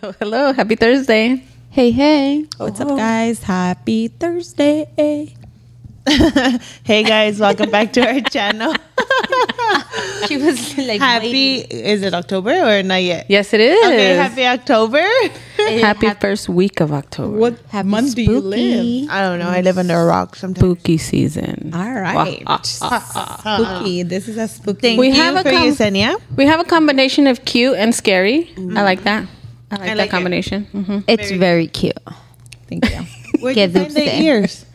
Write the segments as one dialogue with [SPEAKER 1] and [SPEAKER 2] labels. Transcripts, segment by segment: [SPEAKER 1] Hello, hello. Happy Thursday.
[SPEAKER 2] Hey, hey.
[SPEAKER 3] What's up, guys? Happy Thursday.
[SPEAKER 4] hey guys, welcome back to our channel.
[SPEAKER 2] She was like,
[SPEAKER 4] happy is it October or not yet?
[SPEAKER 1] Yes, it is.
[SPEAKER 4] Okay, happy October.
[SPEAKER 2] waiting.
[SPEAKER 1] Happy first week of October.
[SPEAKER 4] What
[SPEAKER 2] Happy
[SPEAKER 4] month do you
[SPEAKER 2] spooky.
[SPEAKER 4] live? I don't know. I live under a rock sometimes.
[SPEAKER 1] Spooky season.
[SPEAKER 4] Ah,
[SPEAKER 3] All right.
[SPEAKER 1] Um,
[SPEAKER 3] spooky. This is a spooky.
[SPEAKER 4] Uh-huh. Thank
[SPEAKER 1] We
[SPEAKER 4] you
[SPEAKER 1] have a
[SPEAKER 4] for
[SPEAKER 1] com-
[SPEAKER 4] you, Senia.
[SPEAKER 1] We have a combination of cute and scary. I like that. I like
[SPEAKER 4] Mm-hmm. I
[SPEAKER 1] that
[SPEAKER 4] like it.
[SPEAKER 1] combination. hmm
[SPEAKER 2] It's very cute.
[SPEAKER 3] Thank you.
[SPEAKER 4] Where do you
[SPEAKER 2] Get
[SPEAKER 4] find
[SPEAKER 2] them.
[SPEAKER 4] the ears?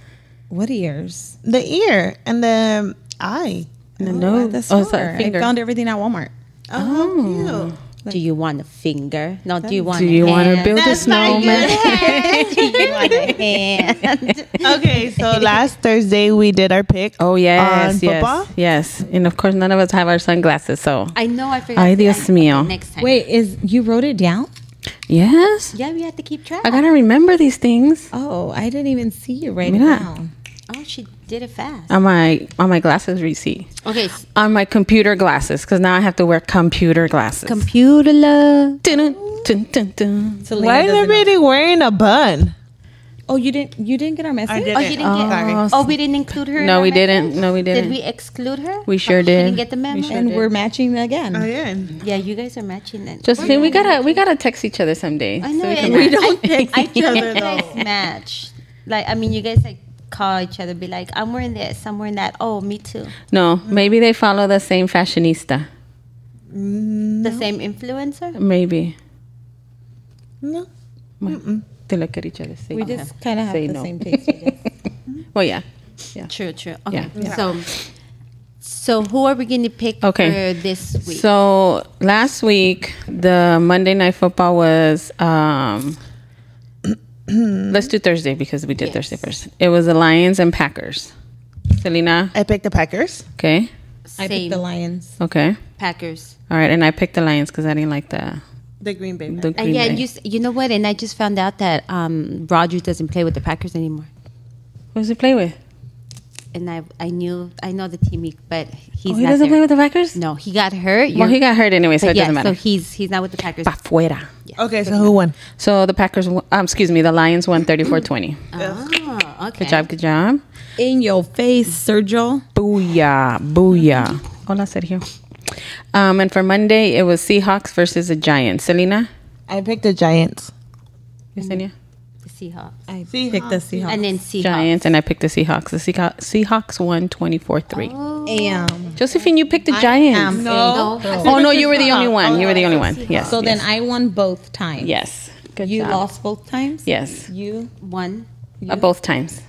[SPEAKER 3] What ears?
[SPEAKER 4] The ear and the um, eye.
[SPEAKER 1] The
[SPEAKER 3] Oh,
[SPEAKER 1] nose.
[SPEAKER 3] that's
[SPEAKER 1] Oh, it's a
[SPEAKER 3] smart.
[SPEAKER 1] finger.
[SPEAKER 3] I found everything at Walmart.
[SPEAKER 4] Oh, cute.
[SPEAKER 5] Do you want a finger? No, do you want
[SPEAKER 1] Do
[SPEAKER 5] a
[SPEAKER 1] you want to
[SPEAKER 5] hand?
[SPEAKER 1] build a
[SPEAKER 4] That's my
[SPEAKER 1] snowman?
[SPEAKER 4] okay, so last Thursday we did our pick.
[SPEAKER 1] Oh
[SPEAKER 4] On
[SPEAKER 1] yes, yes,
[SPEAKER 4] football?
[SPEAKER 1] yes. And of course, none of us have our sunglasses. So
[SPEAKER 5] I know I forgot.
[SPEAKER 1] Ay,
[SPEAKER 5] to
[SPEAKER 1] Dios
[SPEAKER 5] ask.
[SPEAKER 1] mío.
[SPEAKER 5] Okay, Next time.
[SPEAKER 3] Wait, is you wrote it down?
[SPEAKER 1] yes,
[SPEAKER 5] Yeah, we have to keep track.
[SPEAKER 1] I gotta remember these things.
[SPEAKER 3] Oh, I didn't even see you write it
[SPEAKER 1] Mira.
[SPEAKER 3] down.
[SPEAKER 5] oh, she did it fast.
[SPEAKER 1] On my on my glasses receipt,
[SPEAKER 5] Okay. s-
[SPEAKER 1] on my computer glasses, because now I have to wear computer glasses.
[SPEAKER 5] Computer love.
[SPEAKER 1] Dun, dun, dun, dun.
[SPEAKER 3] Selena
[SPEAKER 4] Why is
[SPEAKER 3] doesn't know.
[SPEAKER 4] everybody wearing a bun?
[SPEAKER 3] Oh, you didn't. You didn't get our message.
[SPEAKER 5] Oh, you didn't
[SPEAKER 1] Oh,
[SPEAKER 5] get.
[SPEAKER 1] sorry.
[SPEAKER 5] Oh, we didn't include her. in
[SPEAKER 1] No,
[SPEAKER 5] our
[SPEAKER 1] we didn't.
[SPEAKER 5] message?
[SPEAKER 1] No, we didn't.
[SPEAKER 5] Did we exclude her?
[SPEAKER 1] We
[SPEAKER 5] Oh,
[SPEAKER 1] sure
[SPEAKER 5] she
[SPEAKER 1] did.
[SPEAKER 5] didn't get the memo.
[SPEAKER 3] and we're matching again.
[SPEAKER 4] Oh, yeah.
[SPEAKER 5] yeah, you guys are matching it.
[SPEAKER 1] Josephine, we gotta we gotta text each other someday.
[SPEAKER 5] I know.
[SPEAKER 1] So we can-
[SPEAKER 5] and I-
[SPEAKER 3] We don't
[SPEAKER 5] I,
[SPEAKER 3] text
[SPEAKER 5] I
[SPEAKER 3] each
[SPEAKER 5] think
[SPEAKER 3] other,
[SPEAKER 5] you guys match. Like, I mean, you guys like call each other, be like, "I'm wearing this. I'm wearing that. Oh, me too.
[SPEAKER 1] no, maybe they follow the same fashionista.
[SPEAKER 5] The same influencer."
[SPEAKER 1] Maybe
[SPEAKER 4] No.
[SPEAKER 1] they look at each other. Say,
[SPEAKER 3] We just kind of have
[SPEAKER 1] Say
[SPEAKER 3] the
[SPEAKER 1] no.
[SPEAKER 3] same taste. I guess.
[SPEAKER 1] well, yeah.
[SPEAKER 5] True. True. Okay.
[SPEAKER 1] Yeah.
[SPEAKER 5] So, so who are we going to pick
[SPEAKER 1] Okay.
[SPEAKER 5] for this week?
[SPEAKER 1] So last week, the Monday night football was. Um, let's do Thursday because we did Thursday first. It was the Lions and Packers. Selena,
[SPEAKER 4] I picked the Packers.
[SPEAKER 1] okay,
[SPEAKER 3] I
[SPEAKER 5] Same.
[SPEAKER 3] picked the Lions.
[SPEAKER 1] okay,
[SPEAKER 5] Packers.
[SPEAKER 1] all right. And I picked the Lions because I didn't like the
[SPEAKER 4] The Green Bay.
[SPEAKER 1] the
[SPEAKER 5] And
[SPEAKER 1] Green
[SPEAKER 5] Uh, yeah, and
[SPEAKER 1] Bay.
[SPEAKER 5] you s- you know what? And I just found out that um, Rogers doesn't play with the Packers anymore.
[SPEAKER 1] Who does he play with?
[SPEAKER 5] And I I knew I know the team, he- but he's
[SPEAKER 1] Oh, he
[SPEAKER 5] not
[SPEAKER 1] doesn't
[SPEAKER 5] there.
[SPEAKER 1] play with the Packers.
[SPEAKER 5] No, he got hurt.
[SPEAKER 1] Well,
[SPEAKER 5] You're-
[SPEAKER 1] he got hurt anyway, so
[SPEAKER 5] but
[SPEAKER 1] it
[SPEAKER 5] yeah,
[SPEAKER 1] doesn't
[SPEAKER 5] So
[SPEAKER 1] matter.
[SPEAKER 5] he's he's not with the Packers.
[SPEAKER 1] Pa fuera.
[SPEAKER 4] Okay, so who won?
[SPEAKER 1] So the Packers, won- um, excuse me, the Lions won 34-20.
[SPEAKER 5] Ah, okay.
[SPEAKER 1] Good job, good job.
[SPEAKER 3] In your face, Sergio.
[SPEAKER 1] Booyah, booyah. Hola, Sergio. Um, and for Monday, it was Seahawks versus the Giants. Selena?
[SPEAKER 4] I picked the Giants.
[SPEAKER 1] Yesenia?
[SPEAKER 5] The Seahawks.
[SPEAKER 3] I picked the Seahawks.
[SPEAKER 5] And then Seahawks.
[SPEAKER 1] Giants, and I picked the Seahawks. The Seahawks, Seahawks won 24-3.
[SPEAKER 3] Am.
[SPEAKER 1] Josephine, you picked the
[SPEAKER 3] am
[SPEAKER 1] Giants.
[SPEAKER 5] No.
[SPEAKER 1] Oh, no, you were the only one. You were the only one. Yes.
[SPEAKER 3] So
[SPEAKER 1] yes.
[SPEAKER 3] then I won both times.
[SPEAKER 1] Yes. Good
[SPEAKER 3] You
[SPEAKER 1] job.
[SPEAKER 3] lost both times.
[SPEAKER 1] Yes.
[SPEAKER 3] You
[SPEAKER 5] One.
[SPEAKER 1] Uh, both times.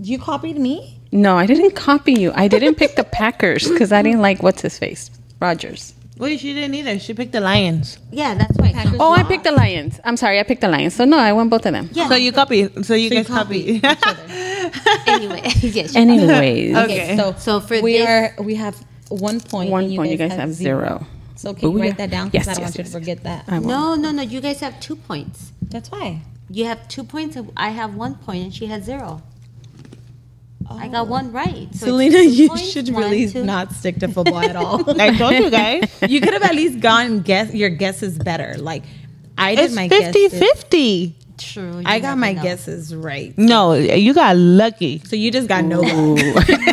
[SPEAKER 3] you copied me.
[SPEAKER 1] No, I didn't copy you. I didn't pick the Packers because I didn't like what's his face? Rogers.
[SPEAKER 4] Wait, she didn't either. She picked the Lions.
[SPEAKER 5] Yeah, that's why. Packers.
[SPEAKER 1] Oh, I picked the Lions. I'm sorry, I picked the Lions. So no, I won both of them.
[SPEAKER 5] Yeah.
[SPEAKER 4] So you copy. So you guys copy.
[SPEAKER 5] anyway. yes.
[SPEAKER 1] Anyways,
[SPEAKER 4] Okay.
[SPEAKER 3] So
[SPEAKER 5] So for
[SPEAKER 3] we
[SPEAKER 5] this-
[SPEAKER 3] are we have one point.
[SPEAKER 1] one
[SPEAKER 3] and
[SPEAKER 1] point. You guys have zero.
[SPEAKER 3] So can you
[SPEAKER 1] Booyah.
[SPEAKER 3] write that down? Because
[SPEAKER 1] Yes,
[SPEAKER 3] I don't
[SPEAKER 1] yes,
[SPEAKER 3] want you
[SPEAKER 1] yes,
[SPEAKER 3] to forget that.
[SPEAKER 1] I won.
[SPEAKER 5] No, no, no. You guys have two points.
[SPEAKER 3] That's why.
[SPEAKER 5] You have two points. and I have one point, and she has zero. I got one right. So
[SPEAKER 3] Selena,
[SPEAKER 5] it's two
[SPEAKER 3] you
[SPEAKER 5] points.
[SPEAKER 3] should
[SPEAKER 5] One,
[SPEAKER 3] really
[SPEAKER 5] two-
[SPEAKER 3] not stick to football at all.
[SPEAKER 4] I told you guys.
[SPEAKER 3] you could have at least gone guess. Your guess is better. Like I did
[SPEAKER 4] It's
[SPEAKER 3] my
[SPEAKER 4] 50
[SPEAKER 3] guesses.
[SPEAKER 4] 50.
[SPEAKER 5] True.
[SPEAKER 3] I
[SPEAKER 5] you
[SPEAKER 3] got
[SPEAKER 5] never
[SPEAKER 3] my
[SPEAKER 5] know.
[SPEAKER 3] guesses right.
[SPEAKER 4] No, you got lucky.
[SPEAKER 3] So you just got no luck.
[SPEAKER 5] You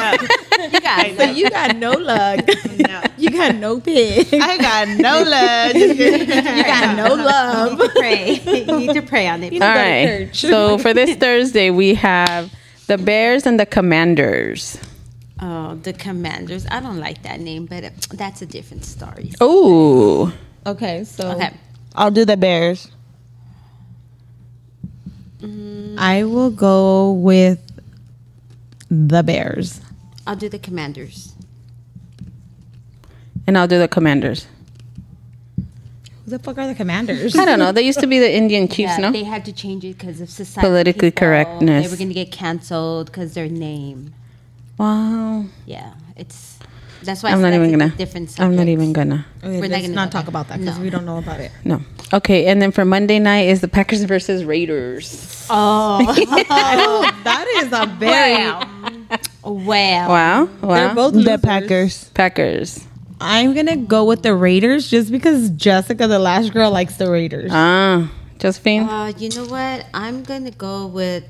[SPEAKER 5] guys.
[SPEAKER 3] So you got no luck. You got no pig. You
[SPEAKER 4] I got no luck.
[SPEAKER 3] got no love.
[SPEAKER 5] pray. you need to pray on it.
[SPEAKER 1] All
[SPEAKER 3] go to
[SPEAKER 1] right.
[SPEAKER 3] church.
[SPEAKER 1] So for this Thursday, we have the Bears and the Commanders.
[SPEAKER 5] Oh, the Commanders. I don't like that name, but uh, that's a different story.
[SPEAKER 1] Ooh,
[SPEAKER 3] Okay, so
[SPEAKER 5] Okay.
[SPEAKER 4] I'll do the Bears.
[SPEAKER 3] I will go with the Bears.
[SPEAKER 5] I'll do the Commanders.
[SPEAKER 1] and I'll do the Commanders.
[SPEAKER 3] Who the fuck are the commanders?
[SPEAKER 1] I don't know. They used to be the Indian Chiefs,
[SPEAKER 5] Yeah,
[SPEAKER 1] no?
[SPEAKER 5] they had to change it because of society.
[SPEAKER 1] Politically
[SPEAKER 5] people.
[SPEAKER 1] correctness.
[SPEAKER 5] They were going to get canceled because their name.
[SPEAKER 1] wow.
[SPEAKER 5] Yeah, it's that's why I
[SPEAKER 1] I'm not
[SPEAKER 5] said
[SPEAKER 1] even
[SPEAKER 5] that's a
[SPEAKER 1] gonna.
[SPEAKER 5] different.
[SPEAKER 1] I'm not
[SPEAKER 5] subject.
[SPEAKER 1] even gonna.
[SPEAKER 3] We're
[SPEAKER 5] not
[SPEAKER 3] let's
[SPEAKER 5] gonna
[SPEAKER 3] not
[SPEAKER 5] go
[SPEAKER 3] talk
[SPEAKER 5] there.
[SPEAKER 3] about that because
[SPEAKER 5] No.
[SPEAKER 3] we don't know about it.
[SPEAKER 1] No. Okay, and then for Monday night is the Packers versus Raiders.
[SPEAKER 5] Oh
[SPEAKER 3] that is a very.
[SPEAKER 5] wow, wow.
[SPEAKER 1] Wow. Wow.
[SPEAKER 3] They're both
[SPEAKER 4] The
[SPEAKER 3] losers.
[SPEAKER 4] Packers.
[SPEAKER 1] Packers.
[SPEAKER 3] I'm gonna go with the Raiders just because Jessica, the last girl, likes the Raiders.
[SPEAKER 1] Ah, Josephine?
[SPEAKER 5] Uh, you know what? I'm gonna go with.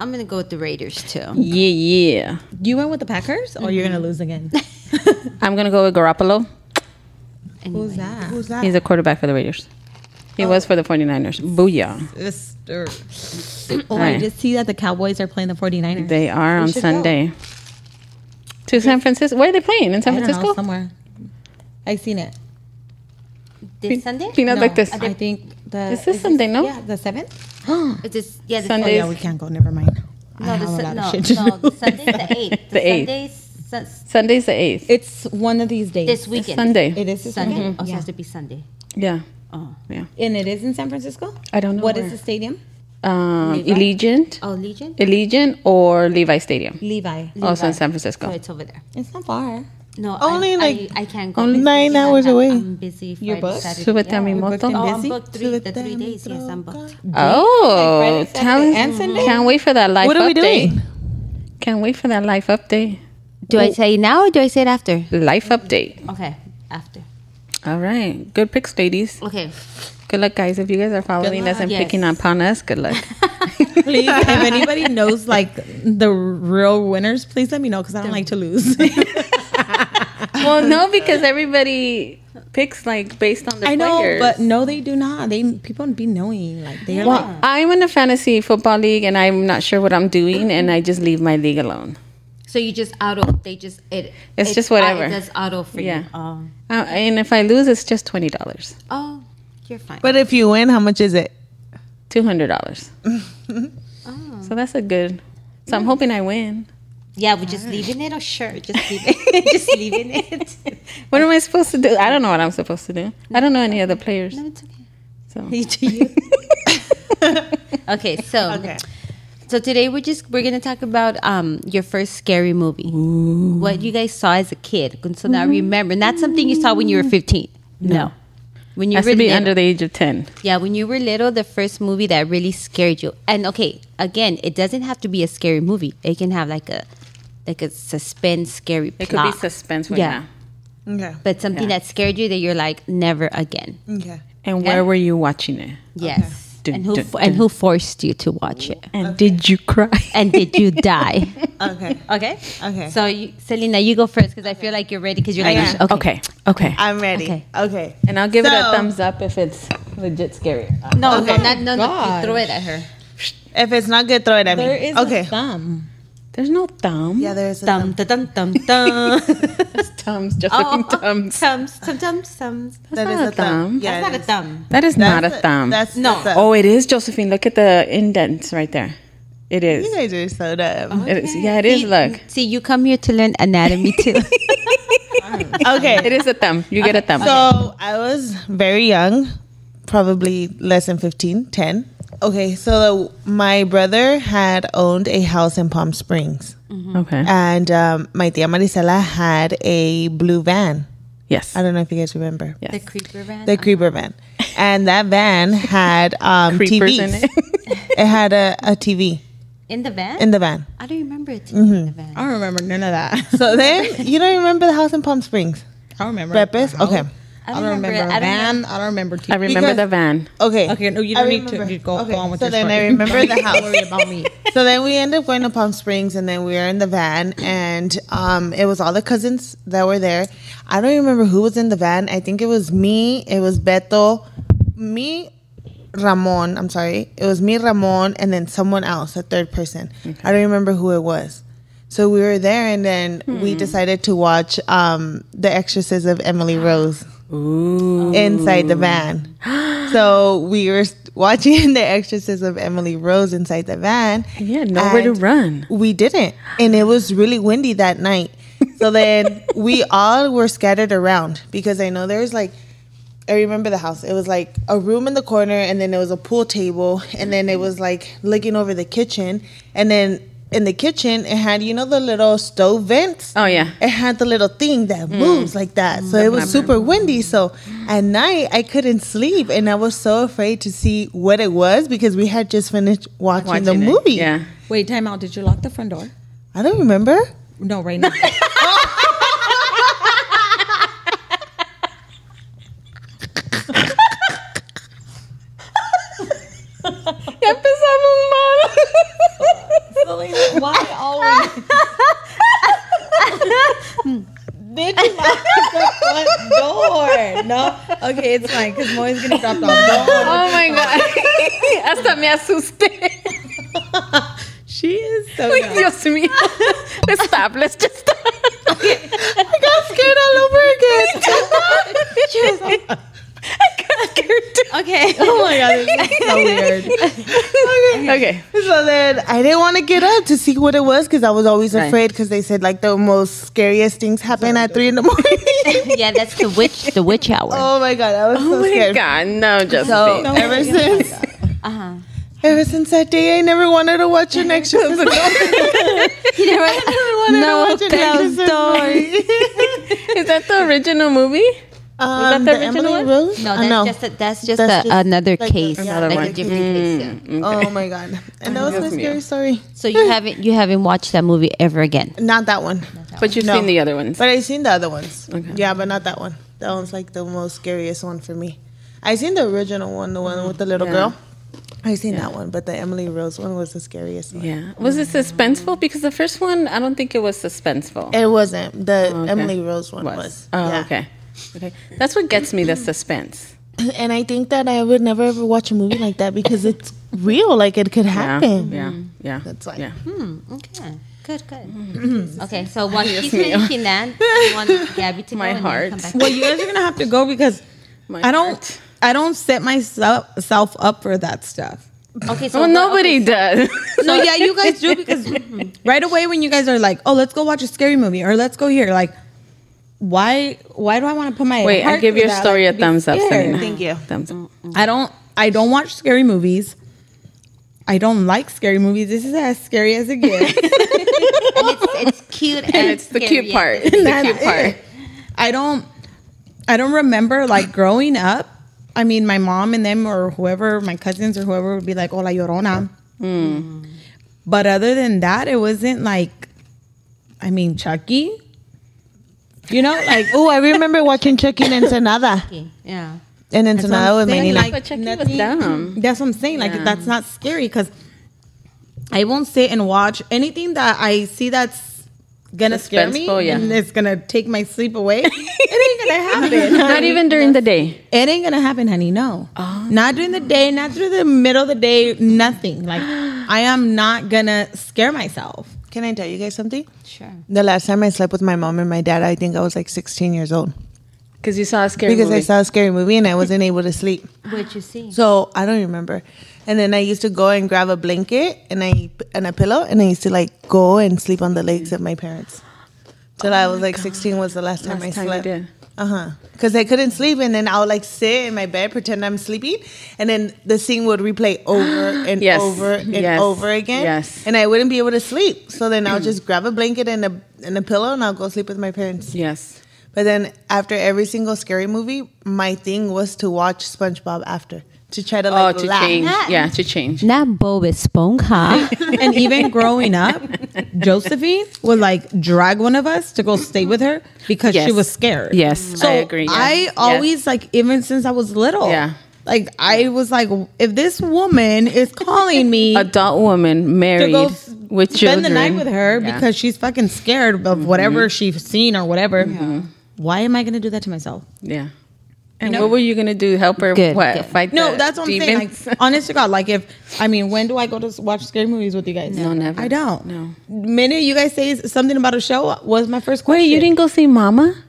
[SPEAKER 5] I'm gonna go with the Raiders too.
[SPEAKER 1] yeah, yeah.
[SPEAKER 3] You went with the Packers, or you're gonna lose again.
[SPEAKER 1] I'm going to go with Garoppolo.
[SPEAKER 5] Anyway.
[SPEAKER 3] that?
[SPEAKER 4] Who's that?
[SPEAKER 1] He's a quarterback for the Raiders. He was for the 49ers. Booyah.
[SPEAKER 3] This, er, oh, I
[SPEAKER 1] Alright.
[SPEAKER 3] just see that the Cowboys are playing the 49ers.
[SPEAKER 1] They are on
[SPEAKER 3] should
[SPEAKER 1] Sunday. To San Francisco. Where are they playing? In San
[SPEAKER 3] I don't know,
[SPEAKER 1] Francisco?
[SPEAKER 3] somewhere. I seen it.
[SPEAKER 5] This Sunday?
[SPEAKER 1] Peanut like this.
[SPEAKER 3] I think the
[SPEAKER 1] This is Sunday, no?
[SPEAKER 3] Yeah, the seventh.
[SPEAKER 5] It's this, yeah,
[SPEAKER 1] Sunday.
[SPEAKER 5] the Sunday.
[SPEAKER 1] yeah, we
[SPEAKER 3] can't go. Never mind.
[SPEAKER 5] No, the, Sun- no, no, the Sunday's the eighth.
[SPEAKER 1] The eighth.
[SPEAKER 5] Sunday's Sun-
[SPEAKER 1] Sunday's the 8th.
[SPEAKER 3] It's one of these days.
[SPEAKER 5] this
[SPEAKER 1] It's
[SPEAKER 5] weekend.
[SPEAKER 1] Sunday.
[SPEAKER 3] it is this
[SPEAKER 5] Sunday.
[SPEAKER 3] weekend?
[SPEAKER 5] Oh, so it
[SPEAKER 3] Yeah.
[SPEAKER 5] has to be Sunday.
[SPEAKER 1] yeah.
[SPEAKER 5] Oh,
[SPEAKER 1] Yeah.
[SPEAKER 3] and it is in San Francisco.
[SPEAKER 1] I don't know
[SPEAKER 3] What is
[SPEAKER 1] where.
[SPEAKER 3] the stadium?
[SPEAKER 1] Um, Allegiant.
[SPEAKER 5] oh, Legion.
[SPEAKER 1] Allegiant or Levi Stadium.
[SPEAKER 3] Levi.
[SPEAKER 1] Also in San Francisco.
[SPEAKER 5] So it's over there.
[SPEAKER 3] It's not far.
[SPEAKER 5] No,
[SPEAKER 4] Only,
[SPEAKER 5] I,
[SPEAKER 4] like,
[SPEAKER 5] I, I can't go.
[SPEAKER 4] only
[SPEAKER 5] because
[SPEAKER 4] nine
[SPEAKER 5] I'm-
[SPEAKER 4] hours
[SPEAKER 5] I'm-
[SPEAKER 4] away.
[SPEAKER 5] I'm busy. Friday,
[SPEAKER 3] You're booked?
[SPEAKER 5] Saturday.
[SPEAKER 1] Súbete a
[SPEAKER 5] Yeah.
[SPEAKER 1] mi moto.
[SPEAKER 5] Oh, I'm
[SPEAKER 3] Busy?
[SPEAKER 5] booked three, the three
[SPEAKER 4] Súbete a mi
[SPEAKER 5] days. Yes, I'm booked.
[SPEAKER 1] Oh,
[SPEAKER 3] Friday,
[SPEAKER 1] tell
[SPEAKER 3] Saturday, and Sunday?
[SPEAKER 1] Can't wait for that life
[SPEAKER 4] What are we
[SPEAKER 1] update.
[SPEAKER 4] doing?
[SPEAKER 1] Can't wait for that life update.
[SPEAKER 5] Do I say it now or do I say it after?
[SPEAKER 1] Life update.
[SPEAKER 5] Okay, after.
[SPEAKER 1] All right. Good picks, ladies.
[SPEAKER 5] Okay.
[SPEAKER 1] Good luck, guys. If you guys are following us and
[SPEAKER 5] Yes.
[SPEAKER 1] picking upon us, good luck.
[SPEAKER 3] Please, if anybody knows like the real winners, please let me know because I don't like to lose.
[SPEAKER 1] well, no, because everybody picks like based on the
[SPEAKER 3] I know,
[SPEAKER 1] players.
[SPEAKER 3] but no, they do not. They people be knowing like they're like
[SPEAKER 1] well, I'm in a fantasy football league and I'm not sure what I'm doing, and I just leave my league alone.
[SPEAKER 5] So you just auto. They just it.
[SPEAKER 1] It's
[SPEAKER 5] it-
[SPEAKER 1] just whatever.
[SPEAKER 5] It does auto for
[SPEAKER 1] Yeah.
[SPEAKER 5] you. Oh,
[SPEAKER 1] Uh, and if I lose, it's just twenty dollars,
[SPEAKER 5] oh, you're fine.
[SPEAKER 4] But if you win, how much is it?
[SPEAKER 1] two hundred dollars. So that's a good. So I'm hoping I win.
[SPEAKER 5] yeah, we're just leaving it. Oh, sure, just leave it. just leaving it.
[SPEAKER 1] What am I supposed to do? I don't know what I'm supposed to do. I don't know any other players.
[SPEAKER 5] No, it's okay.
[SPEAKER 1] So
[SPEAKER 5] Okay, so so today we're just we're gonna talk about um your first scary movie, what you guys saw as a kid, and so now remember, not something you saw when you were fifteen. Mm-hmm. No, when you
[SPEAKER 1] has
[SPEAKER 5] were
[SPEAKER 1] to be
[SPEAKER 5] little.
[SPEAKER 1] under the age of ten.
[SPEAKER 5] Yeah, when you were little, the first movie that really scared you. And okay, again, it doesn't have to be a scary movie. It can have like a like a suspense scary
[SPEAKER 1] It could
[SPEAKER 5] plot.
[SPEAKER 1] be suspense right
[SPEAKER 5] Yeah.
[SPEAKER 1] now.
[SPEAKER 4] Okay.
[SPEAKER 5] But something
[SPEAKER 1] Yeah.
[SPEAKER 5] that scared you that you're like never again.
[SPEAKER 4] Okay.
[SPEAKER 1] And where were you watching it?
[SPEAKER 5] Yes.
[SPEAKER 1] Dun,
[SPEAKER 5] and who
[SPEAKER 1] dun,
[SPEAKER 5] fo- and who forced you to watch it?
[SPEAKER 1] And did you cry?
[SPEAKER 5] And did you die?
[SPEAKER 4] Okay.
[SPEAKER 5] okay.
[SPEAKER 4] Okay.
[SPEAKER 5] So you, Selena, you go first because I feel like you're ready because you're like
[SPEAKER 4] am.
[SPEAKER 5] okay.
[SPEAKER 1] okay. Okay.
[SPEAKER 4] I'm ready.
[SPEAKER 5] Okay.
[SPEAKER 4] Okay.
[SPEAKER 1] And I'll give it a
[SPEAKER 4] So-
[SPEAKER 1] thumbs up if it's legit scary.
[SPEAKER 5] No,
[SPEAKER 4] Okay.
[SPEAKER 5] no, not, no, no, you throw it at her.
[SPEAKER 4] If it's not good, throw it at me.
[SPEAKER 3] there is
[SPEAKER 4] okay.
[SPEAKER 3] a thumb.
[SPEAKER 1] There's no thumb.
[SPEAKER 4] yeah, there is a
[SPEAKER 5] Dum dum dum dum dum.
[SPEAKER 1] There's thumbs.
[SPEAKER 5] Oh,
[SPEAKER 1] Just
[SPEAKER 4] Oh.
[SPEAKER 1] like thumbs.
[SPEAKER 5] Thumbs, thumb, thumbs, thumbs.
[SPEAKER 4] That
[SPEAKER 1] That's
[SPEAKER 4] is
[SPEAKER 1] not a
[SPEAKER 4] a thumb.
[SPEAKER 1] thumb.
[SPEAKER 4] Yeah,
[SPEAKER 5] That's not
[SPEAKER 4] it
[SPEAKER 5] a
[SPEAKER 4] is.
[SPEAKER 5] thumb.
[SPEAKER 1] That is not
[SPEAKER 4] That's
[SPEAKER 1] a thumb.
[SPEAKER 4] That's
[SPEAKER 5] No.
[SPEAKER 4] that's a-
[SPEAKER 1] oh, it is, Josephine. Look at the indents right there. It is.
[SPEAKER 4] you guys are so dumb.
[SPEAKER 1] It is. Yeah, it is.
[SPEAKER 5] See-
[SPEAKER 1] Look.
[SPEAKER 5] See, you come here to learn anatomy too.
[SPEAKER 4] Okay.
[SPEAKER 1] It is a thumb. You get a thumb.
[SPEAKER 4] So I was very young, probably less than 15, 10. Okay, so my brother had owned a house in Palm Springs,
[SPEAKER 1] okay.
[SPEAKER 4] and um, my tia Marisela had a blue van.
[SPEAKER 1] Yes.
[SPEAKER 4] I don't know if you guys remember
[SPEAKER 5] the creeper van.
[SPEAKER 4] the creeper van, and that van had um,
[SPEAKER 1] Creepers
[SPEAKER 4] TVs.
[SPEAKER 1] in it.
[SPEAKER 4] it had a, a TV
[SPEAKER 5] in the van?
[SPEAKER 4] in the van.
[SPEAKER 5] I don't remember it to be in the van.
[SPEAKER 3] I don't remember none of that.
[SPEAKER 4] So then you don't remember the house in Palm Springs,
[SPEAKER 3] I don't remember.
[SPEAKER 4] Repes? Okay,
[SPEAKER 5] I
[SPEAKER 3] I
[SPEAKER 5] don't
[SPEAKER 3] don't remember,
[SPEAKER 5] remember it. I don't
[SPEAKER 3] van. I don't remember. TV.
[SPEAKER 1] I remember
[SPEAKER 4] Because-
[SPEAKER 1] the van.
[SPEAKER 4] okay,
[SPEAKER 3] Okay, no, you
[SPEAKER 4] I
[SPEAKER 3] don't need to
[SPEAKER 4] remember.
[SPEAKER 3] you go,
[SPEAKER 4] Okay,
[SPEAKER 3] go on with
[SPEAKER 4] so
[SPEAKER 3] your
[SPEAKER 4] then
[SPEAKER 3] story.
[SPEAKER 4] I remember the house.
[SPEAKER 3] Don't worry about me.
[SPEAKER 4] so then we ended up going to Palm Springs, and then we were in the van, and um, it was all the cousins that were there. I don't remember who was in the van. I think it was me. It was Beto, me, Ramon. I'm sorry, it was me, Ramon, and then someone else, a third person. I don't remember who it was. So we were there, and then
[SPEAKER 3] Hmm.
[SPEAKER 4] we decided to watch um, The Exorcist of Emily Rose inside the van. So we were st- watching The Exorcist of Emily Rose inside the van.
[SPEAKER 1] Yeah, nowhere to
[SPEAKER 4] and
[SPEAKER 1] run.
[SPEAKER 4] We didn't. And it was really windy that night. So then we all were scattered around because I know there's like, I remember the house. It was like a room in the corner, and then it was a pool table, and then it was like looking over the kitchen. And then in the kitchen, it had, you know, the little stove vents?
[SPEAKER 1] Oh yeah.
[SPEAKER 4] it had the little thing that moves like that. So it was super windy. So at night, I couldn't sleep. And I was so afraid to see what it was because we had just finished watching,
[SPEAKER 1] Watching
[SPEAKER 4] the
[SPEAKER 1] it.
[SPEAKER 4] movie.
[SPEAKER 1] Yeah.
[SPEAKER 3] Wait, time out. Did you lock the front door?
[SPEAKER 4] I don't remember.
[SPEAKER 3] No, right now.
[SPEAKER 1] Ya empezamos mal.
[SPEAKER 3] Why always? Bitch, lock the front door. No, okay, it's fine because Moy's gonna drop the ball.
[SPEAKER 1] Oh my god. Hasta me asusté.
[SPEAKER 3] She is so
[SPEAKER 1] Ay,
[SPEAKER 3] dumb.
[SPEAKER 1] Dios mío. Let's stop. Let's just stop.
[SPEAKER 4] I got scared all over again.
[SPEAKER 1] I got scared too.
[SPEAKER 5] Okay.
[SPEAKER 3] Oh my god, this is so weird.
[SPEAKER 1] Okay.
[SPEAKER 4] So then I didn't want to get up to see what it was because I was always
[SPEAKER 1] Right.
[SPEAKER 4] afraid because they said like the most scariest things happen at three in the morning.
[SPEAKER 5] yeah, that's the witch, the witch hour.
[SPEAKER 4] oh my god, I was
[SPEAKER 1] Oh
[SPEAKER 4] so
[SPEAKER 1] my
[SPEAKER 4] scared.
[SPEAKER 1] god. No, just
[SPEAKER 5] So-
[SPEAKER 1] so,
[SPEAKER 4] Ever since,
[SPEAKER 5] Uh-huh.
[SPEAKER 4] ever since that day, I never wanted to watch an extra. I never
[SPEAKER 5] You know what?
[SPEAKER 4] wanted
[SPEAKER 5] No
[SPEAKER 4] to watch an
[SPEAKER 5] closed
[SPEAKER 4] exorcist
[SPEAKER 5] doors.
[SPEAKER 4] movie.
[SPEAKER 1] Is that the original movie?
[SPEAKER 4] um,
[SPEAKER 1] the
[SPEAKER 4] the
[SPEAKER 1] original
[SPEAKER 4] Emily
[SPEAKER 1] one?
[SPEAKER 4] Rose?
[SPEAKER 5] No,
[SPEAKER 4] Uh,
[SPEAKER 5] that's just a, that's just
[SPEAKER 4] That's
[SPEAKER 5] a,
[SPEAKER 4] just
[SPEAKER 5] another
[SPEAKER 4] like a-
[SPEAKER 5] case,
[SPEAKER 4] yeah,
[SPEAKER 5] like
[SPEAKER 1] one.
[SPEAKER 5] a different case. yeah.
[SPEAKER 4] Oh my god, and that was my
[SPEAKER 1] Dios mío.
[SPEAKER 4] scary story.
[SPEAKER 5] So you haven't you haven't watched that movie ever again.
[SPEAKER 4] Not that one,
[SPEAKER 1] But you've
[SPEAKER 4] No.
[SPEAKER 1] seen the other ones.
[SPEAKER 4] but I seen the other ones.
[SPEAKER 1] Okay.
[SPEAKER 4] Yeah, but not that one. That one's like the most scariest one for me. I seen the original one, the one with the little
[SPEAKER 1] Yeah.
[SPEAKER 4] girl. I seen that one, but the Emily Rose one was the scariest one.
[SPEAKER 1] Yeah. Was it suspenseful? Because the first one, I don't think it was suspenseful.
[SPEAKER 4] It wasn't. The
[SPEAKER 1] Oh, okay.
[SPEAKER 4] Emily Rose one was.
[SPEAKER 1] Oh,
[SPEAKER 4] Yeah.
[SPEAKER 1] okay. Okay. That's what gets me the suspense.
[SPEAKER 4] And I think that I would never ever watch a movie like that because it's real. Like it could
[SPEAKER 1] Yeah.
[SPEAKER 4] happen.
[SPEAKER 1] Yeah. Yeah.
[SPEAKER 4] That's why.
[SPEAKER 1] Yeah.
[SPEAKER 5] Okay. Good, good. okay, so one she's making that, I want Gabby to
[SPEAKER 1] My
[SPEAKER 5] go and
[SPEAKER 1] heart.
[SPEAKER 5] then come
[SPEAKER 3] Well, you guys are gonna have to go because
[SPEAKER 1] My
[SPEAKER 3] I don't.
[SPEAKER 1] heart.
[SPEAKER 3] I don't set myself self up for that stuff.
[SPEAKER 5] back. Okay, so
[SPEAKER 1] Well,
[SPEAKER 5] what-
[SPEAKER 1] nobody does.
[SPEAKER 3] No, yeah, you guys do because right away when you guys are like, "Oh, let's go watch a scary movie" or "Let's go here," like, why? Why do I want to put my
[SPEAKER 1] Wait,
[SPEAKER 3] heart
[SPEAKER 1] I give
[SPEAKER 3] through
[SPEAKER 1] your
[SPEAKER 3] that?
[SPEAKER 1] story
[SPEAKER 3] Like,
[SPEAKER 1] a
[SPEAKER 3] be
[SPEAKER 1] thumbs up,
[SPEAKER 3] scared.
[SPEAKER 1] Selena.
[SPEAKER 4] Thank you.
[SPEAKER 1] Thumbs up.
[SPEAKER 3] I don't. I don't watch scary movies. I don't like scary movies. This is as scary as it gets.
[SPEAKER 5] And it's, it's cute and,
[SPEAKER 1] And it's the
[SPEAKER 5] scary
[SPEAKER 1] cute
[SPEAKER 5] at
[SPEAKER 1] part.
[SPEAKER 5] the-
[SPEAKER 1] It's the
[SPEAKER 3] That's
[SPEAKER 1] cute part.
[SPEAKER 3] it. I don't I don't remember like growing up. I mean, my mom and them or whoever, my cousins or whoever would be like, "Hola llorona."
[SPEAKER 4] Mm.
[SPEAKER 3] But other than that, it wasn't like I mean, Chucky. You know, like
[SPEAKER 4] Oh, I remember watching Chucky and Ensenada.
[SPEAKER 5] Yeah.
[SPEAKER 4] And
[SPEAKER 3] That's what I'm
[SPEAKER 4] Ensenada with
[SPEAKER 3] saying,
[SPEAKER 4] many like,
[SPEAKER 1] But Chucky was
[SPEAKER 3] nothing-
[SPEAKER 1] dumb.
[SPEAKER 3] That's what I'm saying. Like that's not scary because I won't sit and watch anything that I see that's gonna scare me.
[SPEAKER 1] Suspenseful, yeah.
[SPEAKER 3] And it's gonna take my sleep away. it ain't gonna happen.
[SPEAKER 1] Not even during the day.
[SPEAKER 3] It ain't gonna happen, honey. No,
[SPEAKER 1] Oh.
[SPEAKER 3] not during the day, not through the middle of the day, nothing. Like I am not gonna scare myself.
[SPEAKER 4] Can I tell you guys something?
[SPEAKER 5] Sure.
[SPEAKER 4] The last time I slept with my mom and my dad, I think I was like 16 years old
[SPEAKER 1] Because you saw a scary
[SPEAKER 4] because
[SPEAKER 1] movie.
[SPEAKER 4] I saw a scary movie and I wasn't able to sleep.
[SPEAKER 5] What'd you see?
[SPEAKER 4] So I don't remember. And then I used to go and grab a blanket and I and a pillow and I used to like go and sleep on the legs of my parents. Till I was like 16 was the last time
[SPEAKER 1] Oh Last time
[SPEAKER 4] I
[SPEAKER 1] you
[SPEAKER 4] slept.
[SPEAKER 1] did.
[SPEAKER 4] Uh huh. Because I couldn't sleep, and then I would like sit in my bed, pretend I'm sleeping, and then the scene would replay over and
[SPEAKER 1] Yes.
[SPEAKER 4] over and
[SPEAKER 1] Yes.
[SPEAKER 4] over again.
[SPEAKER 1] Yes.
[SPEAKER 4] And I wouldn't be able to sleep. So then I'll just grab a blanket and a and a pillow, and I'll go sleep with my parents.
[SPEAKER 1] Yes.
[SPEAKER 4] But then after every single scary movie, my thing was to watch SpongeBob after to try to
[SPEAKER 1] Oh,
[SPEAKER 4] like
[SPEAKER 1] to
[SPEAKER 4] laugh.
[SPEAKER 1] change. Yeah, to change.
[SPEAKER 5] Not Bob Esponja.
[SPEAKER 3] And even growing up, Josephine would like drag one of us to go stay with her because
[SPEAKER 1] Yes.
[SPEAKER 3] she was scared.
[SPEAKER 1] Yes,
[SPEAKER 3] so
[SPEAKER 1] I agree, yeah.
[SPEAKER 3] I
[SPEAKER 1] Yeah.
[SPEAKER 3] always like even since I was little.
[SPEAKER 1] Yeah.
[SPEAKER 3] like I was like, if this woman is calling me.
[SPEAKER 1] Adult woman
[SPEAKER 3] to
[SPEAKER 1] married
[SPEAKER 3] go s-
[SPEAKER 1] with children.
[SPEAKER 3] spend the night with her
[SPEAKER 1] Yeah. Mm-hmm.
[SPEAKER 3] because she's fucking scared of whatever she's seen or whatever. Why am I going to do that to myself?
[SPEAKER 1] Yeah. And what were you gonna do? Help her
[SPEAKER 5] Good,
[SPEAKER 1] what?
[SPEAKER 5] good.
[SPEAKER 1] Fight
[SPEAKER 3] No,
[SPEAKER 1] the
[SPEAKER 3] that's what I'm
[SPEAKER 1] demons?
[SPEAKER 3] saying. Like, honest to God, like if I mean, when do I go to s- watch scary movies with you guys?
[SPEAKER 1] No, never.
[SPEAKER 3] I don't.
[SPEAKER 1] No.
[SPEAKER 3] Minute you guys say s- something about a show was my first question.
[SPEAKER 1] Wait, you didn't go see Mama?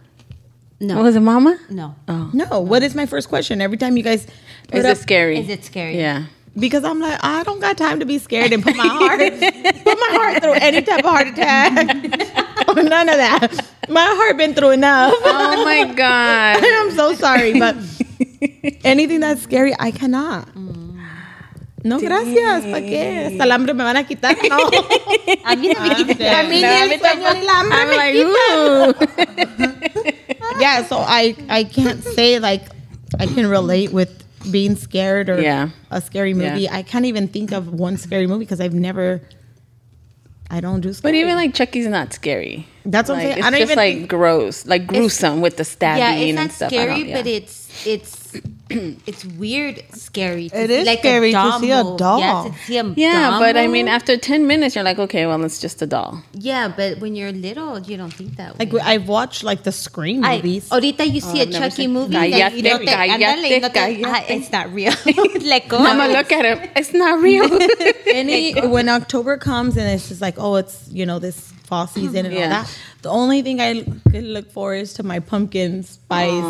[SPEAKER 5] No.
[SPEAKER 1] Was it Mama?
[SPEAKER 5] no.
[SPEAKER 1] Oh.
[SPEAKER 3] No. What is my first question every time you guys put
[SPEAKER 1] Is
[SPEAKER 3] up
[SPEAKER 1] it scary?
[SPEAKER 5] Is it scary?
[SPEAKER 1] Yeah.
[SPEAKER 3] because I'm like I don't got time to be scared and put my heart put my heart through any type of heart attack or none of that. My heart been through enough.
[SPEAKER 1] Oh my god.
[SPEAKER 3] I'm so sorry, but anything that's scary, I cannot.
[SPEAKER 1] Mm.
[SPEAKER 3] No, gracias. ¿Para qué? Hasta el hambre me van a quitar. No.
[SPEAKER 5] A mí no me quita-
[SPEAKER 3] A mí ni el sueño ni el hambre
[SPEAKER 1] I'm
[SPEAKER 3] me
[SPEAKER 1] like,
[SPEAKER 3] quita.
[SPEAKER 1] ooh.
[SPEAKER 3] Yeah, so I, I can't say, like, I can relate with being scared or
[SPEAKER 1] Yeah.
[SPEAKER 3] a scary movie.
[SPEAKER 1] Yeah.
[SPEAKER 3] I can't even think of one scary movie because I've never, I don't do scary.
[SPEAKER 1] But even like Chucky's not scary.
[SPEAKER 3] That's what
[SPEAKER 1] like,
[SPEAKER 3] I'm saying.
[SPEAKER 1] It's
[SPEAKER 3] I don't
[SPEAKER 1] just
[SPEAKER 3] even
[SPEAKER 1] like
[SPEAKER 3] think-
[SPEAKER 1] gross, like gruesome with the stabbing
[SPEAKER 5] Yeah, it's not
[SPEAKER 1] and stuff. I
[SPEAKER 5] scary,
[SPEAKER 1] don't- yeah.
[SPEAKER 5] but it's it's it's weird, scary. To
[SPEAKER 4] It
[SPEAKER 5] see,
[SPEAKER 4] is
[SPEAKER 5] like
[SPEAKER 4] scary
[SPEAKER 5] a
[SPEAKER 4] to
[SPEAKER 5] doll
[SPEAKER 4] see a
[SPEAKER 5] move.
[SPEAKER 4] doll.
[SPEAKER 5] Yeah, to see a
[SPEAKER 1] Yeah,
[SPEAKER 5] doll
[SPEAKER 1] but I mean,
[SPEAKER 5] move.
[SPEAKER 1] after 10 minutes, you're like, okay, well, it's just a doll.
[SPEAKER 5] yeah, but when you're little, you don't think that way.
[SPEAKER 3] Like I've watched like the Scream
[SPEAKER 5] Ay,
[SPEAKER 3] movies.
[SPEAKER 5] ahorita you see a
[SPEAKER 1] I've never
[SPEAKER 5] Chucky
[SPEAKER 1] seen-
[SPEAKER 5] movie,
[SPEAKER 1] Cállate,
[SPEAKER 5] like, you don't think,
[SPEAKER 1] cállate,
[SPEAKER 5] ándale, no te-
[SPEAKER 1] cállate.
[SPEAKER 5] ah, it's not real. Let go.
[SPEAKER 1] Mama, look at him. It's not real.
[SPEAKER 3] Any when October comes and it's just like oh it's you know this fall season and
[SPEAKER 1] Yeah.
[SPEAKER 3] all that. The only thing I could look for is to my pumpkin spice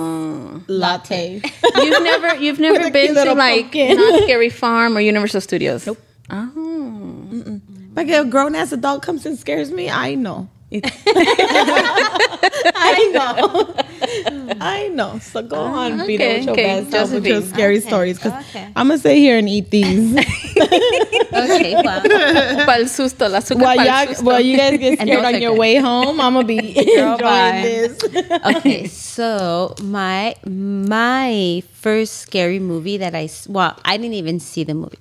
[SPEAKER 3] latte.
[SPEAKER 1] you've never, you've never been to
[SPEAKER 3] little
[SPEAKER 1] like
[SPEAKER 3] pumpkin.
[SPEAKER 1] Not Scary Farm or Universal Studios. Nope. Oh.
[SPEAKER 3] like a grown ass adult comes and scares me. I know. I know. I know. So go on, okay,
[SPEAKER 1] okay,
[SPEAKER 3] with your
[SPEAKER 1] okay,
[SPEAKER 3] best help with your
[SPEAKER 1] Josephine.
[SPEAKER 3] scary
[SPEAKER 5] Okay,
[SPEAKER 3] stories. Because
[SPEAKER 5] okay.
[SPEAKER 3] I'm going to sit here and eat these
[SPEAKER 5] Okay, well,
[SPEAKER 1] Pal susto, la azúcar
[SPEAKER 3] while,
[SPEAKER 1] pa'l
[SPEAKER 3] y'all,
[SPEAKER 1] susto.
[SPEAKER 3] while you guys get
[SPEAKER 5] And
[SPEAKER 3] scared
[SPEAKER 5] those
[SPEAKER 3] on
[SPEAKER 5] are
[SPEAKER 3] your
[SPEAKER 5] good.
[SPEAKER 3] way home. I'm going to be enjoying
[SPEAKER 5] bye.
[SPEAKER 3] this.
[SPEAKER 5] okay. So my my first scary movie that I s- well, I didn't even see the movie.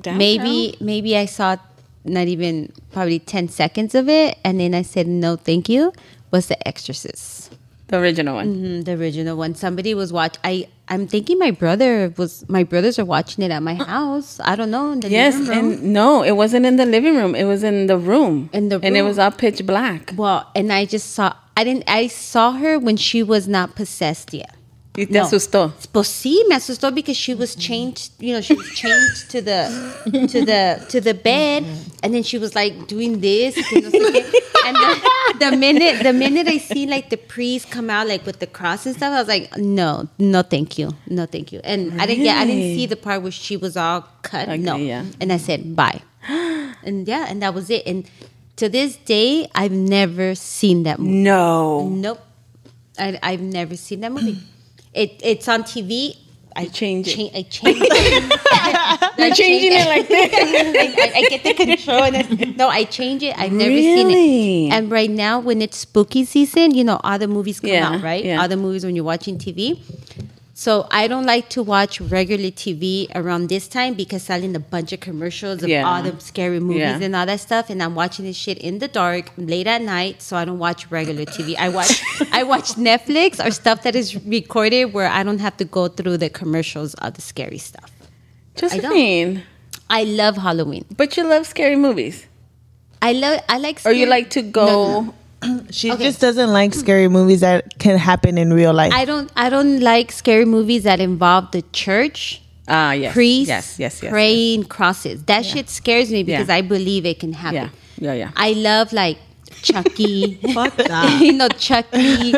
[SPEAKER 1] Damn,
[SPEAKER 5] Maybe maybe I saw not even probably ten seconds of it, and then I said no, thank you. Was The Exorcist.
[SPEAKER 1] The original one.
[SPEAKER 5] Mm, the original one. Somebody was watch. I I'm thinking my brother was. My brothers are watching it at my house. I don't know. In the
[SPEAKER 1] Yes,
[SPEAKER 5] living room.
[SPEAKER 1] and no, it wasn't in the living room. It was in the room.
[SPEAKER 5] In the
[SPEAKER 1] And it
[SPEAKER 5] room.
[SPEAKER 1] was all pitch black.
[SPEAKER 5] well, and I just saw. I didn't. I saw her when she was not possessed yet.
[SPEAKER 1] Y te
[SPEAKER 5] No.
[SPEAKER 1] asustó.
[SPEAKER 5] Pues sí, me asustó because she was chained, you know, she was chained to the to the to the bed, and then she was like doing this, que no sé qué. and the, the minute the minute I see like the priest come out like with the cross and stuff, I was like, no, no, thank you, no, thank you, and I didn't get, I didn't see the part where she was all cut, no,
[SPEAKER 1] Okay, yeah.
[SPEAKER 5] and I said bye, and yeah, and that was it, and to this day I've never seen that movie.
[SPEAKER 1] No.
[SPEAKER 5] Nope. I, I've never seen that movie. It it's on TV. I
[SPEAKER 1] You change it.
[SPEAKER 5] I change it. You're
[SPEAKER 1] changing it like
[SPEAKER 5] this. I, I- I get the control. And then, no, I change it. I've never seen
[SPEAKER 1] Really?
[SPEAKER 5] it. And right now, when it's spooky season, you know, all the movies come
[SPEAKER 1] Yeah,
[SPEAKER 5] out, right?
[SPEAKER 1] yeah.
[SPEAKER 5] All the movies when you're watching TV. So I don't like to watch regular TV around this time because selling a bunch of commercials of
[SPEAKER 1] Yeah.
[SPEAKER 5] all the scary movies
[SPEAKER 1] Yeah.
[SPEAKER 5] and all that stuff. And I'm watching this shit in the dark late at night, so I don't watch regular TV. I watch I watch Netflix or stuff that is recorded where I don't have to go through the commercials of the scary stuff.
[SPEAKER 1] Josephine,
[SPEAKER 5] I love Halloween.
[SPEAKER 1] but you love scary movies.
[SPEAKER 5] I love I like.
[SPEAKER 1] Or you
[SPEAKER 5] scary-
[SPEAKER 1] like to go.
[SPEAKER 5] No, no, no.
[SPEAKER 4] She
[SPEAKER 5] Okay.
[SPEAKER 4] just doesn't like scary movies that can happen in real life.
[SPEAKER 5] I don't I don't like scary movies that involve the church.
[SPEAKER 1] Ah, yes.
[SPEAKER 5] priests
[SPEAKER 1] Yes, yes, yes.
[SPEAKER 5] praying crosses. That shit scares me because
[SPEAKER 1] Yeah.
[SPEAKER 5] I believe it can happen.
[SPEAKER 1] Yeah, yeah, yeah.
[SPEAKER 5] I love like Chucky.
[SPEAKER 3] Fuck that.
[SPEAKER 5] you know, Chucky,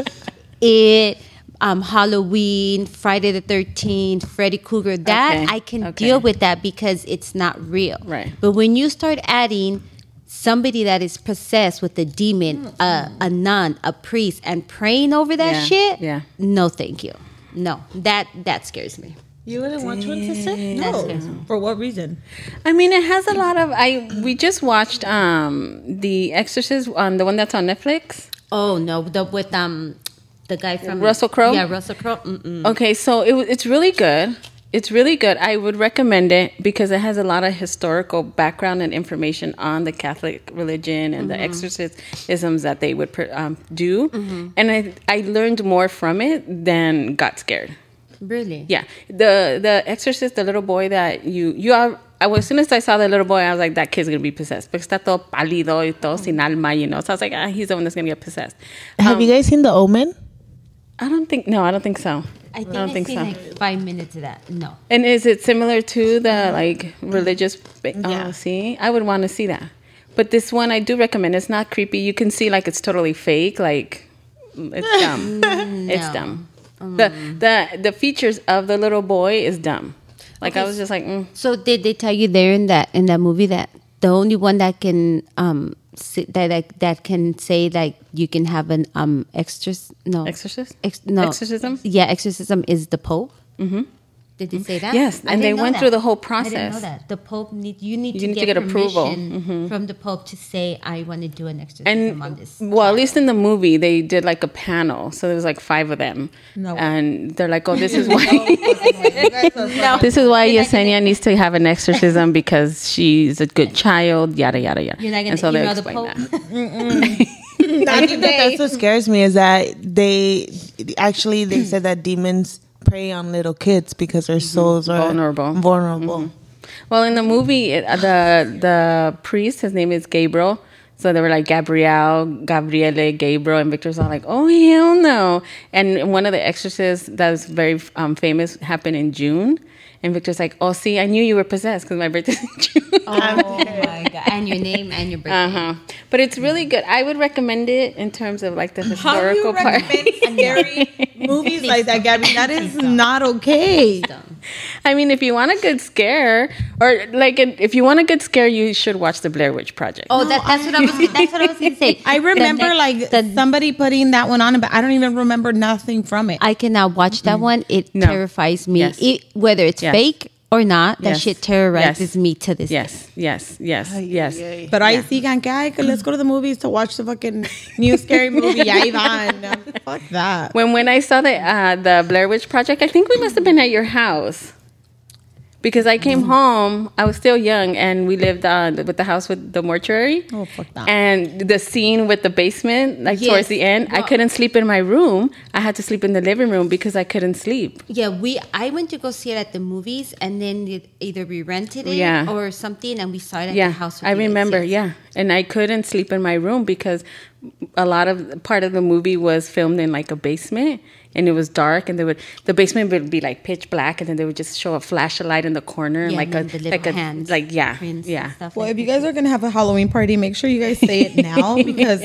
[SPEAKER 5] it, um, Halloween, Friday the 13th, Freddy Krueger. That
[SPEAKER 1] Okay,
[SPEAKER 5] I can
[SPEAKER 1] okay.
[SPEAKER 5] deal with that because it's not real.
[SPEAKER 1] Right.
[SPEAKER 5] But when you start adding somebody that is possessed with a demon, a, a nun, a priest, and praying over that
[SPEAKER 1] Yeah,
[SPEAKER 5] shit,
[SPEAKER 1] yeah.
[SPEAKER 5] no, thank you. No, that that scares me.
[SPEAKER 3] You wouldn't watch one, sister?
[SPEAKER 5] That's
[SPEAKER 3] No. For what reason?
[SPEAKER 1] I mean, it has a lot of. I we just watched um the Exorcist, um, the one that's on Netflix.
[SPEAKER 5] Oh no, the with um the guy from
[SPEAKER 1] Russell Crowe?
[SPEAKER 5] Yeah, Russell Crowe. Mm-mm.
[SPEAKER 1] Okay, so it, wa- it's really good. It's really good. I would recommend it because it has a lot of historical background and information on the Catholic religion and the exorcisms that they would pr- um, do. And I, I learned more from it than got scared.
[SPEAKER 5] Really?
[SPEAKER 1] Yeah, the the Exorcist, the little boy that you you are. I was, as soon as I saw the little boy, I was like, that kid's gonna be possessed. Because está todo pálido y todo
[SPEAKER 5] Mm-hmm.
[SPEAKER 1] sin alma, you know. So I was like, ah, he's the one that's gonna get possessed.
[SPEAKER 4] Have you guys seen The Omen?
[SPEAKER 1] I don't think. No, I don't think so.
[SPEAKER 5] I think I,
[SPEAKER 1] don't think
[SPEAKER 5] seen
[SPEAKER 1] so.
[SPEAKER 5] like five minutes of that. No.
[SPEAKER 1] And is it similar to the like religious? ba- Oh, see, I would want to see that. But this one, I do recommend. It's not creepy. You can see like it's totally fake. Like it's dumb. It's
[SPEAKER 5] no. Mm.
[SPEAKER 1] dumb. The the the features of the little boy is dumb. Like I
[SPEAKER 5] Okay,
[SPEAKER 1] was just like, mm.
[SPEAKER 5] So did they tell you there in that in that movie that the only one that can um si- that that, that can say like you can have an um exorcist no
[SPEAKER 1] Exorcist?
[SPEAKER 5] Ex, no
[SPEAKER 1] Exorcism?
[SPEAKER 5] yeah exorcism is the pope. Mm-hmm. Did they say that?
[SPEAKER 1] Yes,
[SPEAKER 5] I
[SPEAKER 1] and they
[SPEAKER 5] didn't know
[SPEAKER 1] went
[SPEAKER 5] that.
[SPEAKER 1] through the whole
[SPEAKER 5] I didn't know
[SPEAKER 1] process.
[SPEAKER 5] that the pope need you need,
[SPEAKER 1] You
[SPEAKER 5] to,
[SPEAKER 1] need
[SPEAKER 5] get
[SPEAKER 1] to get approval. Mm-hmm.
[SPEAKER 5] permission from the pope to say I want to do an exorcism
[SPEAKER 1] and
[SPEAKER 5] on this.
[SPEAKER 1] well, at least in the movie, they did like a panel. So there was like five of them,
[SPEAKER 3] No.
[SPEAKER 1] and they're like, "Oh, this is why."
[SPEAKER 5] No.
[SPEAKER 1] This is why
[SPEAKER 5] You're not
[SPEAKER 1] Yesenia needs to have an exorcism because she's a good child, yada yada yada.
[SPEAKER 5] You're not gonna
[SPEAKER 1] and so they
[SPEAKER 5] email the
[SPEAKER 1] explain
[SPEAKER 5] Pope?
[SPEAKER 1] that.
[SPEAKER 4] I think that that's what scares me is that they actually they said that demons prey on little kids because their souls are
[SPEAKER 1] Mm-hmm. Vulnerable. Mm-hmm.
[SPEAKER 4] Vulnerable.
[SPEAKER 1] Well, in the movie, it, uh, the the priest, his name is Gabriel. So they were like Gabrielle, Gabriele, Gabriel, and Victor's all like, "Oh hell no!" And one of the exorcists that's very um, famous happened in June, and Victor's like, "Oh, see, I knew you were possessed because my birthday's in June."
[SPEAKER 5] Oh my god! And your name and your birthday.
[SPEAKER 1] Uh-huh. But it's really good. I would recommend it in terms of like the
[SPEAKER 3] How do you
[SPEAKER 1] historical part.
[SPEAKER 3] recommend scary movies like that, Gabby? That is not okay.
[SPEAKER 1] I mean, if you want a good scare, or like if you want a good scare, you should watch the Blair Witch Project.
[SPEAKER 5] Oh, that, that's what I was. That's what I was gonna say.
[SPEAKER 3] I
[SPEAKER 5] The
[SPEAKER 3] remember
[SPEAKER 5] next-
[SPEAKER 3] like
[SPEAKER 5] the-
[SPEAKER 3] somebody putting that one on, but I don't even remember nothing from it.
[SPEAKER 5] I cannot watch that one. It
[SPEAKER 1] Mm-hmm. No.
[SPEAKER 5] terrifies me.
[SPEAKER 1] Yes.
[SPEAKER 5] It, whether it's
[SPEAKER 1] Yes.
[SPEAKER 5] fake or not, that
[SPEAKER 1] Yes.
[SPEAKER 5] shit terrorizes
[SPEAKER 1] Yes.
[SPEAKER 5] me to this day.
[SPEAKER 1] Yes, yes, yes, yes.
[SPEAKER 3] But I see, guy, let's go to the movies to watch the fucking new scary movie. Yeah, Ivan. Fuck that.
[SPEAKER 1] When when I saw the uh, the Blair Witch Project, I think we must have been at your house because I
[SPEAKER 3] Mm.
[SPEAKER 1] came home. I was still young, and we lived uh, with the house with the mortuary.
[SPEAKER 3] Oh, fuck that.
[SPEAKER 1] And the scene with the basement, like
[SPEAKER 5] Yes.
[SPEAKER 1] towards the end, I
[SPEAKER 5] Well-
[SPEAKER 1] couldn't sleep in my room. I had to sleep in the living room because I couldn't sleep.
[SPEAKER 5] Yeah, we. I went to go see it at the movies, and then it, either we rented it
[SPEAKER 1] Yeah.
[SPEAKER 5] or something, and we saw it at
[SPEAKER 1] yeah,
[SPEAKER 5] the house. with
[SPEAKER 1] I
[SPEAKER 5] you guys,
[SPEAKER 1] remember.
[SPEAKER 5] yes.
[SPEAKER 1] Yeah, and I couldn't sleep in my room because a lot of part of the movie was filmed in like a basement, and it was dark, and they would the basement would be like pitch black, and then they would just show a flashlight in the corner,
[SPEAKER 5] Yeah,
[SPEAKER 1] and like
[SPEAKER 5] and
[SPEAKER 1] a
[SPEAKER 5] the little
[SPEAKER 1] like a
[SPEAKER 5] hands,
[SPEAKER 1] like yeah,
[SPEAKER 5] prints and
[SPEAKER 1] yeah.
[SPEAKER 5] stuff
[SPEAKER 3] Well,
[SPEAKER 5] like
[SPEAKER 3] if you
[SPEAKER 5] that.
[SPEAKER 3] guys are gonna have a Halloween party, make sure you guys say it now because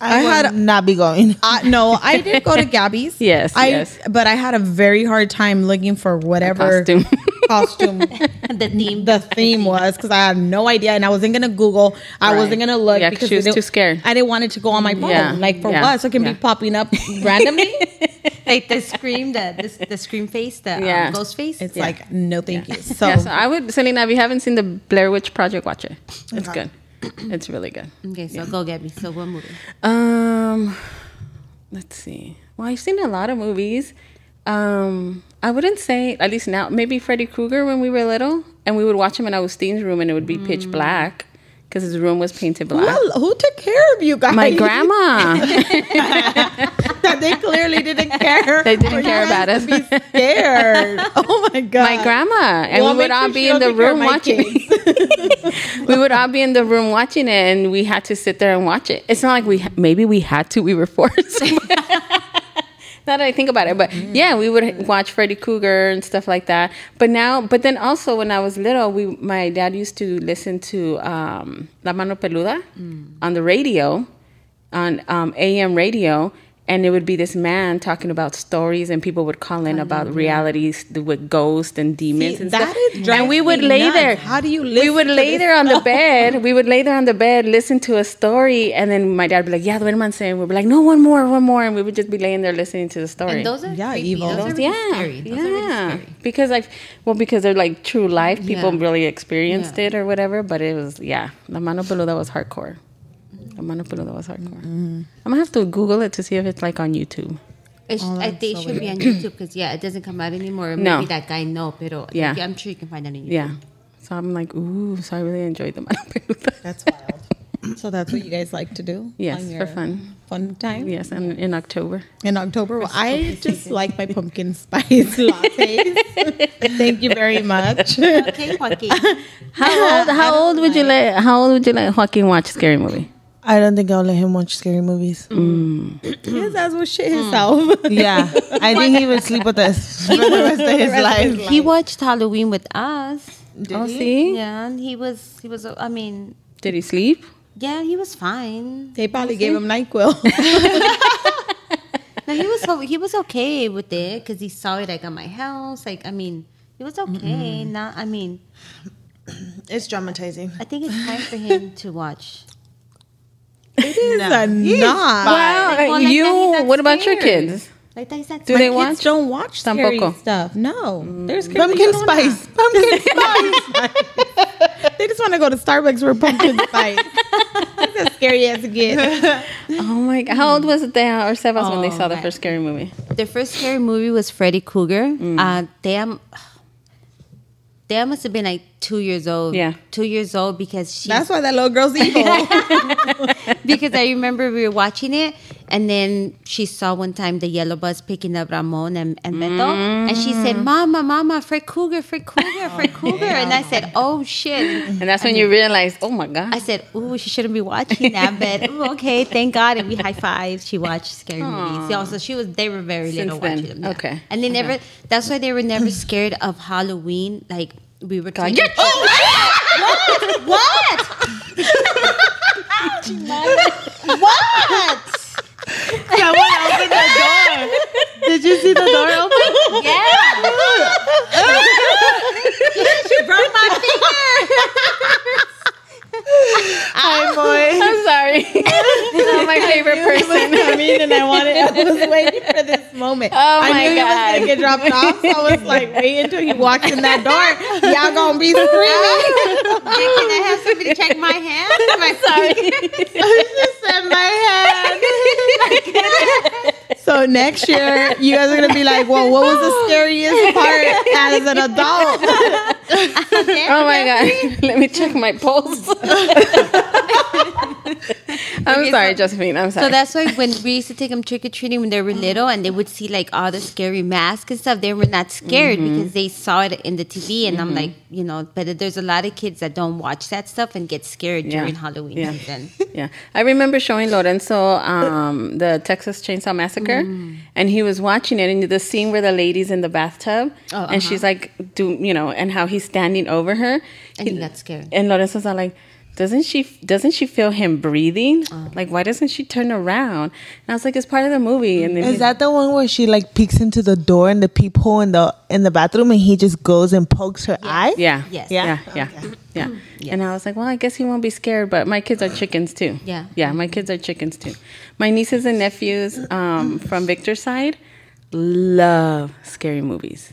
[SPEAKER 4] I,
[SPEAKER 3] I
[SPEAKER 4] would
[SPEAKER 3] had-
[SPEAKER 4] not be going.
[SPEAKER 3] I, no, I did go to Gabby's.
[SPEAKER 1] Yes,
[SPEAKER 3] I,
[SPEAKER 1] yes.
[SPEAKER 3] But I had a very hard time looking for whatever
[SPEAKER 1] costume.
[SPEAKER 3] costume
[SPEAKER 5] the theme.
[SPEAKER 3] the theme was because I had no idea and I wasn't gonna Google. I
[SPEAKER 1] Right.
[SPEAKER 3] wasn't gonna look
[SPEAKER 1] Yeah, 'cause
[SPEAKER 3] because
[SPEAKER 1] she was
[SPEAKER 3] it-
[SPEAKER 1] too scared.
[SPEAKER 3] I didn't want it to go on my phone.
[SPEAKER 1] Yeah,
[SPEAKER 3] Like for
[SPEAKER 1] yeah,
[SPEAKER 3] what? So it can
[SPEAKER 1] yeah.
[SPEAKER 3] be popping up randomly.
[SPEAKER 5] like the scream, the the, the scream face, the
[SPEAKER 1] Yeah.
[SPEAKER 5] um, ghost face.
[SPEAKER 3] It's
[SPEAKER 1] Yeah.
[SPEAKER 3] like no, thank you. So,
[SPEAKER 1] yeah, so I would Selena, if you haven't seen the Blair Witch Project, watch it. It's good. It's really good.
[SPEAKER 5] okay, so go get me. So what movie?
[SPEAKER 1] Um, let's see. Well, I've seen a lot of movies. Um, I wouldn't say at least now. Maybe Freddy Krueger when we were little, and we would watch him in Augustine's room, and it would be pitch black because his room was painted black.
[SPEAKER 3] Mm. Well, who took care of you guys?
[SPEAKER 1] My grandma.
[SPEAKER 3] they clearly didn't care.
[SPEAKER 1] They didn't
[SPEAKER 3] for you
[SPEAKER 1] care
[SPEAKER 3] guys
[SPEAKER 1] about
[SPEAKER 3] to
[SPEAKER 1] us.
[SPEAKER 3] Be scared. Oh my god.
[SPEAKER 1] my grandma, and
[SPEAKER 3] Well,
[SPEAKER 1] we would
[SPEAKER 3] make
[SPEAKER 1] all
[SPEAKER 3] sure
[SPEAKER 1] be
[SPEAKER 3] she
[SPEAKER 1] in the
[SPEAKER 3] doesn't care
[SPEAKER 1] room
[SPEAKER 3] my
[SPEAKER 1] watching. it. we would all be in the room watching it, and we had to sit there and watch it. It's not like we maybe we had to; we were forced. Now that I think about it, but
[SPEAKER 3] Mm-hmm.
[SPEAKER 1] yeah, we would watch Freddy Krueger and stuff like that. But now, but then also when I was little, we my dad used to listen to um, La Mano Peluda
[SPEAKER 3] Mm.
[SPEAKER 1] on the radio, on um, AM radio, and it would be this man talking about stories, and people would call in about realities th- with ghosts and demons
[SPEAKER 3] See,
[SPEAKER 1] and
[SPEAKER 3] that
[SPEAKER 1] stuff.
[SPEAKER 3] is
[SPEAKER 1] and we
[SPEAKER 3] driving
[SPEAKER 1] would
[SPEAKER 3] me
[SPEAKER 1] lay
[SPEAKER 3] nuts.
[SPEAKER 1] there.
[SPEAKER 3] How do you
[SPEAKER 1] We would
[SPEAKER 3] listen to
[SPEAKER 1] lay
[SPEAKER 3] this
[SPEAKER 1] there on the bed. We would lay there on the bed, listen to a story, and then my dad would be like, "Yeah, the man saying." We'd be like, "No, one more, one more," and we would just be laying there listening to the story.
[SPEAKER 5] And those are
[SPEAKER 3] Yeah,
[SPEAKER 5] creepy.
[SPEAKER 3] evil.
[SPEAKER 5] Those are really
[SPEAKER 1] yeah,
[SPEAKER 5] scary. Those
[SPEAKER 1] yeah,
[SPEAKER 5] are really scary.
[SPEAKER 1] because like, well, because they're like true life. People
[SPEAKER 5] Yeah.
[SPEAKER 1] really experienced
[SPEAKER 5] Yeah.
[SPEAKER 1] it or whatever. But it was yeah, la mano peluda was hardcore. La mano peluda was hardcore.
[SPEAKER 5] Mm-hmm.
[SPEAKER 1] I'm gonna have to Google it to see if it's like on YouTube.
[SPEAKER 5] It sh-
[SPEAKER 1] Oh,
[SPEAKER 5] I think it should be on YouTube because yeah, it doesn't come out anymore. Maybe
[SPEAKER 1] No.
[SPEAKER 5] that guy no, but
[SPEAKER 1] Yeah.
[SPEAKER 5] I'm sure you can find that on YouTube.
[SPEAKER 1] Yeah, so I'm like, ooh, so I really enjoyed the mano peluda.
[SPEAKER 3] That's wild. so that's what you guys like to do.
[SPEAKER 1] Yes,
[SPEAKER 3] on
[SPEAKER 1] for
[SPEAKER 3] your
[SPEAKER 1] fun.
[SPEAKER 3] Fun time.
[SPEAKER 1] yes, and in October.
[SPEAKER 3] In October, well, I just like my pumpkin spice lattes. Thank you very much.
[SPEAKER 5] Okay, Joaquin.
[SPEAKER 1] How old? How old would you let? How old would you let Joaquin watch scary movie?
[SPEAKER 4] I don't think I'll let him watch scary movies.
[SPEAKER 3] His ass will shit
[SPEAKER 1] Mm.
[SPEAKER 3] himself.
[SPEAKER 4] Yeah, I think he would sleep with us for the rest of his life.
[SPEAKER 5] he watched Halloween with us.
[SPEAKER 1] oh, see,
[SPEAKER 5] Yeah, and he was he was. uh, I mean,
[SPEAKER 1] did he sleep?
[SPEAKER 5] yeah, he was fine.
[SPEAKER 3] They probably gave him Nyquil.
[SPEAKER 5] No, he was o- he was okay with it because he saw it like at my house. Like I mean, it was okay. Not I mean,
[SPEAKER 4] It's traumatizing.
[SPEAKER 5] I think it's time for him to watch.
[SPEAKER 3] it is a not.
[SPEAKER 1] Wow,
[SPEAKER 5] Like, well, like
[SPEAKER 1] uh, you.
[SPEAKER 5] that he's not
[SPEAKER 1] what about your
[SPEAKER 5] scared.
[SPEAKER 1] kids?
[SPEAKER 5] Like that's not
[SPEAKER 1] Do they
[SPEAKER 3] Kids
[SPEAKER 1] watch?
[SPEAKER 3] don't watch scary
[SPEAKER 1] Tampoco. Mm.
[SPEAKER 3] stuff. No, there's
[SPEAKER 4] Pumpkin spice. Pumpkin spice.
[SPEAKER 3] They just want to go to Starbucks for pumpkin spice. That's as scary as it gets.
[SPEAKER 1] Oh my god! How old was Thea or Sebas when they
[SPEAKER 5] Oh,
[SPEAKER 1] saw the
[SPEAKER 5] right.
[SPEAKER 1] first scary movie?
[SPEAKER 5] The first scary movie was Freddy Krueger. Uh, damn. Damn must have been like two years old.
[SPEAKER 1] Yeah.
[SPEAKER 5] two years old because she
[SPEAKER 3] That's why that little girl's evil.
[SPEAKER 5] because I remember we were watching it And then she saw one time the yellow bus picking up Ramon and, and Beto. And she said, Mama, Mama, Fred Cougar, Fred Cougar, Fred Cougar. And I said, Oh shit.
[SPEAKER 1] And that's when you realize, oh my God.
[SPEAKER 5] I said, Ooh, she shouldn't be watching that, but ooh, okay, thank God. And we high five. She watched scary movies. Yeah, so she was they were very
[SPEAKER 1] Since
[SPEAKER 5] little
[SPEAKER 1] then.
[SPEAKER 5] watching them. yeah.
[SPEAKER 1] Okay.
[SPEAKER 5] And they never that's why they were never scared of Halloween. Like we were
[SPEAKER 1] God,
[SPEAKER 5] taking-
[SPEAKER 1] get-
[SPEAKER 5] what? What?
[SPEAKER 4] What? Someone opened the door. Did you see the door open?
[SPEAKER 5] Yeah. she broke my
[SPEAKER 4] Hi, boy.
[SPEAKER 1] I'm sorry. Not my favorite person.
[SPEAKER 4] I mean, and I wanted. I was waiting for this moment.
[SPEAKER 1] Oh
[SPEAKER 4] I
[SPEAKER 1] my
[SPEAKER 4] knew
[SPEAKER 1] God.
[SPEAKER 4] he was gonna get dropped off. So I was like, wait until he walks in that door. Y'all gonna be screaming.
[SPEAKER 5] Can I have somebody check my hand? My
[SPEAKER 4] It's just in my head. so next year, you guys are gonna be like, well, what was the scariest part as an adult?
[SPEAKER 1] Oh my God. Let me check my pulse. I'm sorry, Josephine. I'm sorry.
[SPEAKER 5] So that's why when we used to take them trick or treating when they were little, and they would see like all the scary masks and stuff, they were not scared
[SPEAKER 1] Mm-hmm.
[SPEAKER 5] because they saw it in the TV. And I'm like, you know, but there's a lot of kids that don't watch that stuff and get scared
[SPEAKER 1] Yeah.
[SPEAKER 5] during Halloween
[SPEAKER 1] Yeah.
[SPEAKER 5] season.
[SPEAKER 1] yeah. I remember showing Lorenzo um, the Texas Chainsaw Massacre,
[SPEAKER 5] Mm.
[SPEAKER 1] and he was watching it, and the scene where the lady's in the bathtub,
[SPEAKER 5] Oh,
[SPEAKER 1] and she's like, do you know, and how he's standing over her,
[SPEAKER 5] And he got scared.
[SPEAKER 1] and Lorenzo's all like. Doesn't she doesn't she feel him breathing?
[SPEAKER 5] Uh.
[SPEAKER 1] Like why doesn't she turn around? And I was like, it's part of the movie. And then
[SPEAKER 4] Is that the one where she like peeks into the door and the peephole in the in the bathroom, and he just goes and pokes her eye?
[SPEAKER 1] yeah,
[SPEAKER 5] Yes.
[SPEAKER 1] yeah, yeah, yeah. And I was like, well, I guess he won't be scared, but my kids are chickens too.
[SPEAKER 5] Yeah.
[SPEAKER 1] yeah, my kids are chickens too. My nieces and nephews um, from Victor's side love scary movies.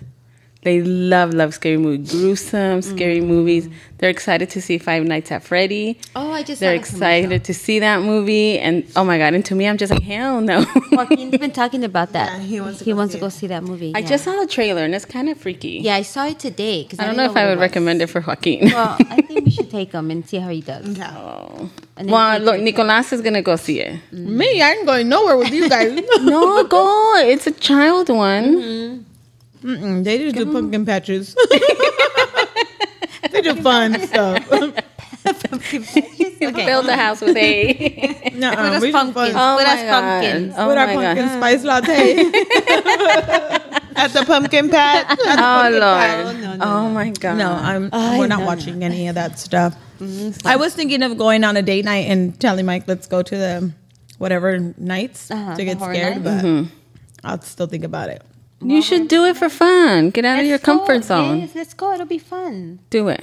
[SPEAKER 1] They love love scary movies, gruesome scary
[SPEAKER 5] Mm.
[SPEAKER 1] movies. They're excited to see Five Nights at Freddy.
[SPEAKER 5] Oh, I just saw
[SPEAKER 1] They're
[SPEAKER 5] that commercial.
[SPEAKER 1] excited to see that movie, and oh my god! And to me, I'm just like, hell no.
[SPEAKER 5] Joaquin's been talking about that.
[SPEAKER 4] Yeah,
[SPEAKER 5] he
[SPEAKER 4] he
[SPEAKER 5] wants
[SPEAKER 4] wants
[SPEAKER 5] to,
[SPEAKER 4] to
[SPEAKER 5] go,
[SPEAKER 4] go
[SPEAKER 5] see
[SPEAKER 4] see
[SPEAKER 5] that movie.
[SPEAKER 1] I
[SPEAKER 5] yeah.
[SPEAKER 1] just saw the trailer, and it's kind of freaky.
[SPEAKER 5] Yeah, I saw it today. 'cause
[SPEAKER 1] I don't know if
[SPEAKER 5] didn't
[SPEAKER 1] I
[SPEAKER 5] what
[SPEAKER 1] would
[SPEAKER 5] it was.
[SPEAKER 1] recommend it for Joaquin.
[SPEAKER 5] Well, I think we should take him and see how he does. And then
[SPEAKER 1] Well,
[SPEAKER 5] take
[SPEAKER 1] look,
[SPEAKER 5] it.
[SPEAKER 1] Nicolas is gonna go see it.
[SPEAKER 4] Me, I ain't going nowhere with you guys.
[SPEAKER 1] No, go. It's a child one.
[SPEAKER 4] Mm-mm, they just do pumpkin patches. they do fun stuff.
[SPEAKER 1] Build a house with a.
[SPEAKER 4] Nuh-uh, we do
[SPEAKER 5] pumpkins.
[SPEAKER 4] fun
[SPEAKER 5] With
[SPEAKER 1] my
[SPEAKER 5] us pumpkins.
[SPEAKER 1] God. Oh
[SPEAKER 4] with our
[SPEAKER 1] my
[SPEAKER 4] pumpkin
[SPEAKER 1] God.
[SPEAKER 4] spice latte at the pumpkin patch.
[SPEAKER 1] Oh lord. Oh my god.
[SPEAKER 3] No, I'm. we're not watching any of that stuff. I was thinking of going on a date night and telling Mike, "Let's go to the whatever nights
[SPEAKER 5] Uh-huh,
[SPEAKER 3] to
[SPEAKER 5] the
[SPEAKER 3] get
[SPEAKER 5] horror
[SPEAKER 3] scared,"
[SPEAKER 5] night.
[SPEAKER 3] but
[SPEAKER 1] Mm-hmm.
[SPEAKER 3] I'll still think about it.
[SPEAKER 1] You should do it for fun. Get out of your
[SPEAKER 5] Let's go.
[SPEAKER 1] comfort zone.
[SPEAKER 5] Yes, let's go. It'll be fun.
[SPEAKER 1] Do it.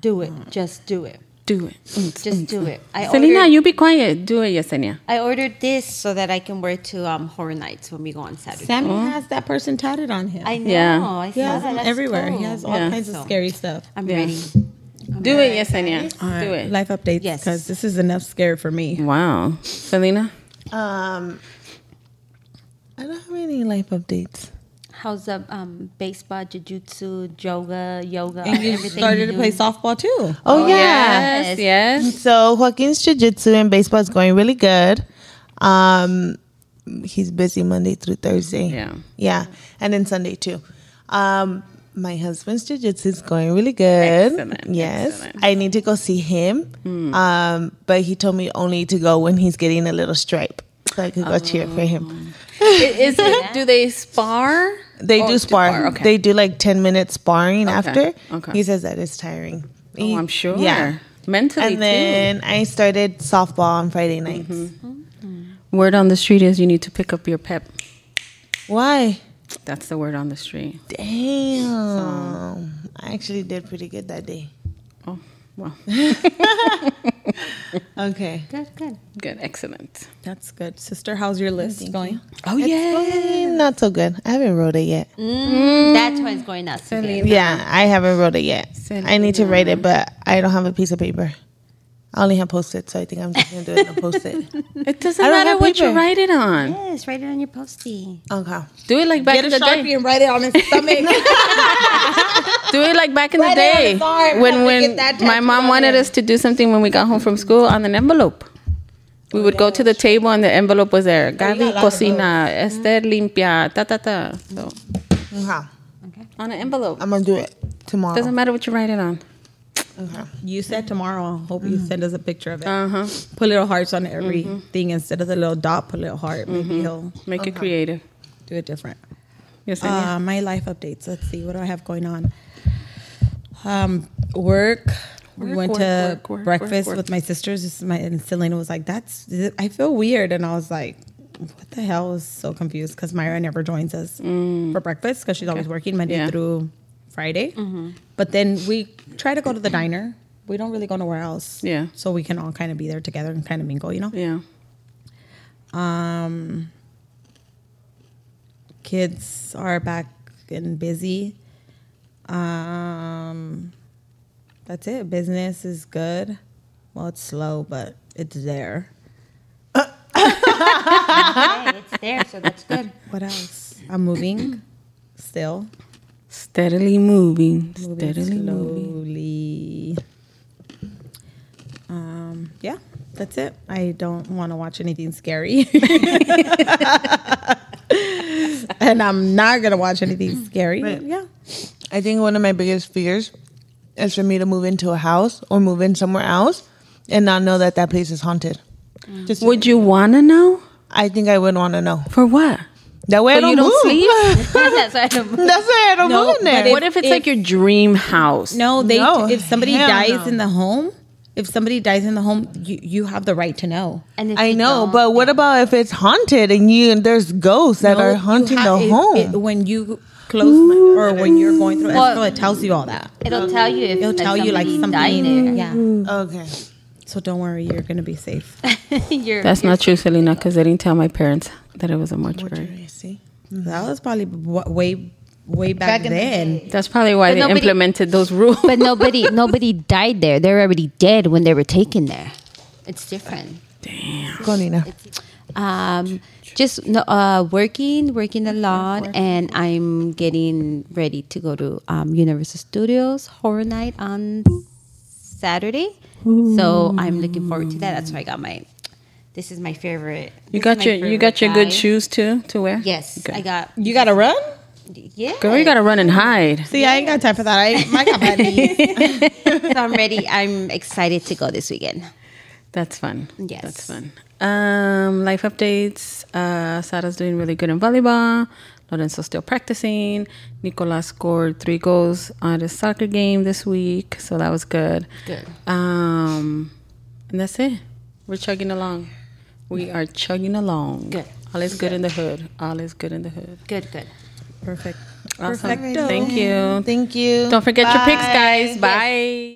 [SPEAKER 5] Do it. Just do it.
[SPEAKER 1] Do it.
[SPEAKER 5] Just do it. I
[SPEAKER 1] Selena,
[SPEAKER 5] ordered,
[SPEAKER 1] you be quiet. Do it, Yesenia.
[SPEAKER 5] I ordered this so that I can wear to um, horror nights when we go on Saturday.
[SPEAKER 3] Sammy has that person tatted on him.
[SPEAKER 5] I know.
[SPEAKER 1] Yeah.
[SPEAKER 5] I
[SPEAKER 3] he
[SPEAKER 5] saw
[SPEAKER 3] has
[SPEAKER 5] that.
[SPEAKER 3] him
[SPEAKER 5] That's
[SPEAKER 3] everywhere.
[SPEAKER 5] cool.
[SPEAKER 3] He has all
[SPEAKER 1] Yeah.
[SPEAKER 3] kinds
[SPEAKER 5] So-
[SPEAKER 3] of scary stuff.
[SPEAKER 5] I'm
[SPEAKER 1] Yeah.
[SPEAKER 5] ready.
[SPEAKER 1] Do it, Yesenia. Do it.
[SPEAKER 3] Life updates,
[SPEAKER 5] Yes.
[SPEAKER 3] because this is enough scare for me.
[SPEAKER 1] Wow. Selena?
[SPEAKER 4] Um, I don't have any life updates.
[SPEAKER 5] How's up? Um, baseball, jujutsu, yoga, yoga.
[SPEAKER 3] And you
[SPEAKER 5] everything
[SPEAKER 3] started to
[SPEAKER 5] you're
[SPEAKER 3] play
[SPEAKER 5] doing.
[SPEAKER 3] softball too.
[SPEAKER 4] Oh, yeah.
[SPEAKER 1] Yes, yes.
[SPEAKER 4] So Joaquin's jiu-jitsu and baseball is going really good. Um, he's busy Monday through Thursday.
[SPEAKER 1] Yeah.
[SPEAKER 4] Yeah. And then Sunday too. Um, my husband's jiu-jitsu is going really good.
[SPEAKER 1] Excellent,
[SPEAKER 4] Yes.
[SPEAKER 1] excellent. Hmm.
[SPEAKER 4] I need to go see him. Um, but he told me only to go when he's getting a little stripe. So I could go cheer for him.
[SPEAKER 1] I- Is it, do they spar?
[SPEAKER 4] They
[SPEAKER 1] Oh,
[SPEAKER 4] do spar.
[SPEAKER 1] Okay.
[SPEAKER 4] They do like 10 minutes sparring after.
[SPEAKER 1] okay.
[SPEAKER 4] He says that is tiring.
[SPEAKER 1] oh,
[SPEAKER 4] He-
[SPEAKER 1] I'm sure.
[SPEAKER 4] Yeah.
[SPEAKER 1] Mentally,
[SPEAKER 4] And then I started softball on Friday nights.
[SPEAKER 1] too. Word on the street is you need to pick up your pep.
[SPEAKER 4] Why?
[SPEAKER 1] That's the word on the street.
[SPEAKER 4] Damn. I actually did pretty good that day.
[SPEAKER 1] Oh, well.
[SPEAKER 4] Okay.
[SPEAKER 5] Good, good.
[SPEAKER 1] Good, excellent.
[SPEAKER 3] That's good, sister. How's your list going?
[SPEAKER 1] Oh yeah,
[SPEAKER 4] Eh, Not so good. I haven't wrote it yet.
[SPEAKER 5] That's why it's going out today.
[SPEAKER 4] Yeah, I haven't wrote it yet. I need to write it, but I don't have a piece of paper. I only have post it, so I think I'm just gonna do it on post it.
[SPEAKER 1] it doesn't
[SPEAKER 4] I don't
[SPEAKER 1] matter
[SPEAKER 4] have
[SPEAKER 1] what you
[SPEAKER 4] paper.
[SPEAKER 1] write it on.
[SPEAKER 5] Yes, write it on your postie.
[SPEAKER 4] Okay.
[SPEAKER 1] Do it like back in the day.
[SPEAKER 3] and write it on his stomach.
[SPEAKER 1] Do it like back in the day when when my mom wanted us to do something when we got home from school on an envelope. We would go to the table and the envelope was there. Gaby cocina, Esther limpia, ta ta ta. So
[SPEAKER 4] Okay.
[SPEAKER 1] on an envelope.
[SPEAKER 4] I'm gonna do it tomorrow.
[SPEAKER 1] Doesn't matter what you write it on.
[SPEAKER 4] okay.
[SPEAKER 3] You said tomorrow. I hope you send us a picture of it.
[SPEAKER 1] Uh-huh.
[SPEAKER 3] Put little hearts on everything instead of the little dot. Put a little heart. Maybe he'll
[SPEAKER 1] Make it creative.
[SPEAKER 3] do it different.
[SPEAKER 1] Yes, I
[SPEAKER 3] Uh, my life updates. Let's see. What do I have going on? Um, work. we
[SPEAKER 1] Work,
[SPEAKER 3] went
[SPEAKER 1] work,
[SPEAKER 3] to
[SPEAKER 1] work, work, work,
[SPEAKER 3] breakfast
[SPEAKER 1] work.
[SPEAKER 3] with my sisters. This is my and Selena was like, "That's." I feel weird, and I was like, "What the hell?" I was so confused because Myra never joins us for breakfast because she's always working Monday
[SPEAKER 1] Mm. Yeah. Mm-hmm.
[SPEAKER 3] through Friday. But then we try to go to the diner. We don't really go nowhere else.
[SPEAKER 1] Yeah.
[SPEAKER 3] So we can all kind of be there together and kind of mingle, you know.
[SPEAKER 1] Yeah.
[SPEAKER 3] Um, kids are back and busy. Um, that's it. Business is good. Well, it's slow, but it's there.
[SPEAKER 5] Hey, it's there, so that's good.
[SPEAKER 3] What else? I'm moving still.
[SPEAKER 1] Steadily moving.
[SPEAKER 3] Moving
[SPEAKER 1] Steadily moving.
[SPEAKER 3] slowly. Um, yeah, that's it. I don't want to watch anything scary. and I'm not going to watch anything scary.
[SPEAKER 4] Right.
[SPEAKER 3] Yeah.
[SPEAKER 4] I think one of my biggest fears is for me to move into a house or move in somewhere else and not know that that place is haunted. Just
[SPEAKER 1] Would you wanna know?
[SPEAKER 4] I think I would want to know.
[SPEAKER 1] For what?
[SPEAKER 4] That way I
[SPEAKER 1] So
[SPEAKER 4] don't,
[SPEAKER 1] you don't
[SPEAKER 4] move.
[SPEAKER 1] sleep?
[SPEAKER 5] that's why I'm-
[SPEAKER 4] That's why I don't
[SPEAKER 3] No,
[SPEAKER 4] move in there.
[SPEAKER 3] If-
[SPEAKER 1] what if it's
[SPEAKER 3] if-
[SPEAKER 1] like your dream house?
[SPEAKER 3] No, they.
[SPEAKER 4] No,
[SPEAKER 3] if somebody
[SPEAKER 4] hell
[SPEAKER 3] dies
[SPEAKER 4] no.
[SPEAKER 3] in the home, if somebody dies in the home, you, you have the right to know.
[SPEAKER 5] and if
[SPEAKER 4] I
[SPEAKER 5] you
[SPEAKER 4] know,
[SPEAKER 5] don't-
[SPEAKER 4] but what about if it's haunted and you there's ghosts that
[SPEAKER 3] No,
[SPEAKER 4] are
[SPEAKER 3] you
[SPEAKER 4] haunting
[SPEAKER 3] have-
[SPEAKER 4] the
[SPEAKER 3] it-
[SPEAKER 4] home?
[SPEAKER 3] it- when you close or when you're going through.
[SPEAKER 5] Well-
[SPEAKER 3] escrow, it tells you all that.
[SPEAKER 5] it'll tell you if
[SPEAKER 3] It'll
[SPEAKER 5] like,
[SPEAKER 3] tell you like
[SPEAKER 5] somebody
[SPEAKER 3] something.
[SPEAKER 5] died there.
[SPEAKER 3] Yeah.
[SPEAKER 4] okay.
[SPEAKER 3] So don't worry, you're gonna be safe.
[SPEAKER 5] You're-
[SPEAKER 1] That's not true, Selena, because I didn't tell my parents that it was a mortuary.
[SPEAKER 4] You see?
[SPEAKER 3] Mm-hmm. That was probably wa- way, way back,
[SPEAKER 4] Back in the
[SPEAKER 3] then.
[SPEAKER 1] That's probably why
[SPEAKER 5] But
[SPEAKER 1] they
[SPEAKER 5] nobody-
[SPEAKER 1] implemented those rules.
[SPEAKER 5] but nobody nobody died there. They're already dead when they were taken there. It's different.
[SPEAKER 4] Go, Nina.
[SPEAKER 5] Um, just no, uh, working, working a lot, and I'm getting ready to go to um, Universal Studios Horror Night on Saturday. So I'm looking forward to that. That's why I got my. This is my favorite.
[SPEAKER 1] you got your you got your good shoes too to wear.
[SPEAKER 5] Yes,
[SPEAKER 1] Okay.
[SPEAKER 5] I got.
[SPEAKER 3] You gotta run.
[SPEAKER 5] Yeah,
[SPEAKER 1] Girl, you gotta run and hide.
[SPEAKER 3] See, I ain't got time for that. I, I got bad knees.
[SPEAKER 5] so I'm ready. I'm excited to go this weekend.
[SPEAKER 1] That's fun.
[SPEAKER 5] Yes.
[SPEAKER 1] that's fun. Um, life updates. Uh, Sara's doing really good in volleyball. Lorenzo's still practicing. Nicolas scored three goals on his soccer game this week, so that was good.
[SPEAKER 5] Good.
[SPEAKER 1] Um, and that's it. We're chugging along. We are chugging along.
[SPEAKER 5] Good.
[SPEAKER 1] All is good in the hood. All is good in the hood.
[SPEAKER 5] Good, good.
[SPEAKER 3] Perfect.
[SPEAKER 1] Awesome.
[SPEAKER 3] Perfecto.
[SPEAKER 1] Thank you.
[SPEAKER 4] Thank you.
[SPEAKER 1] Don't forget your picks,
[SPEAKER 4] Bye.
[SPEAKER 1] guys. Bye.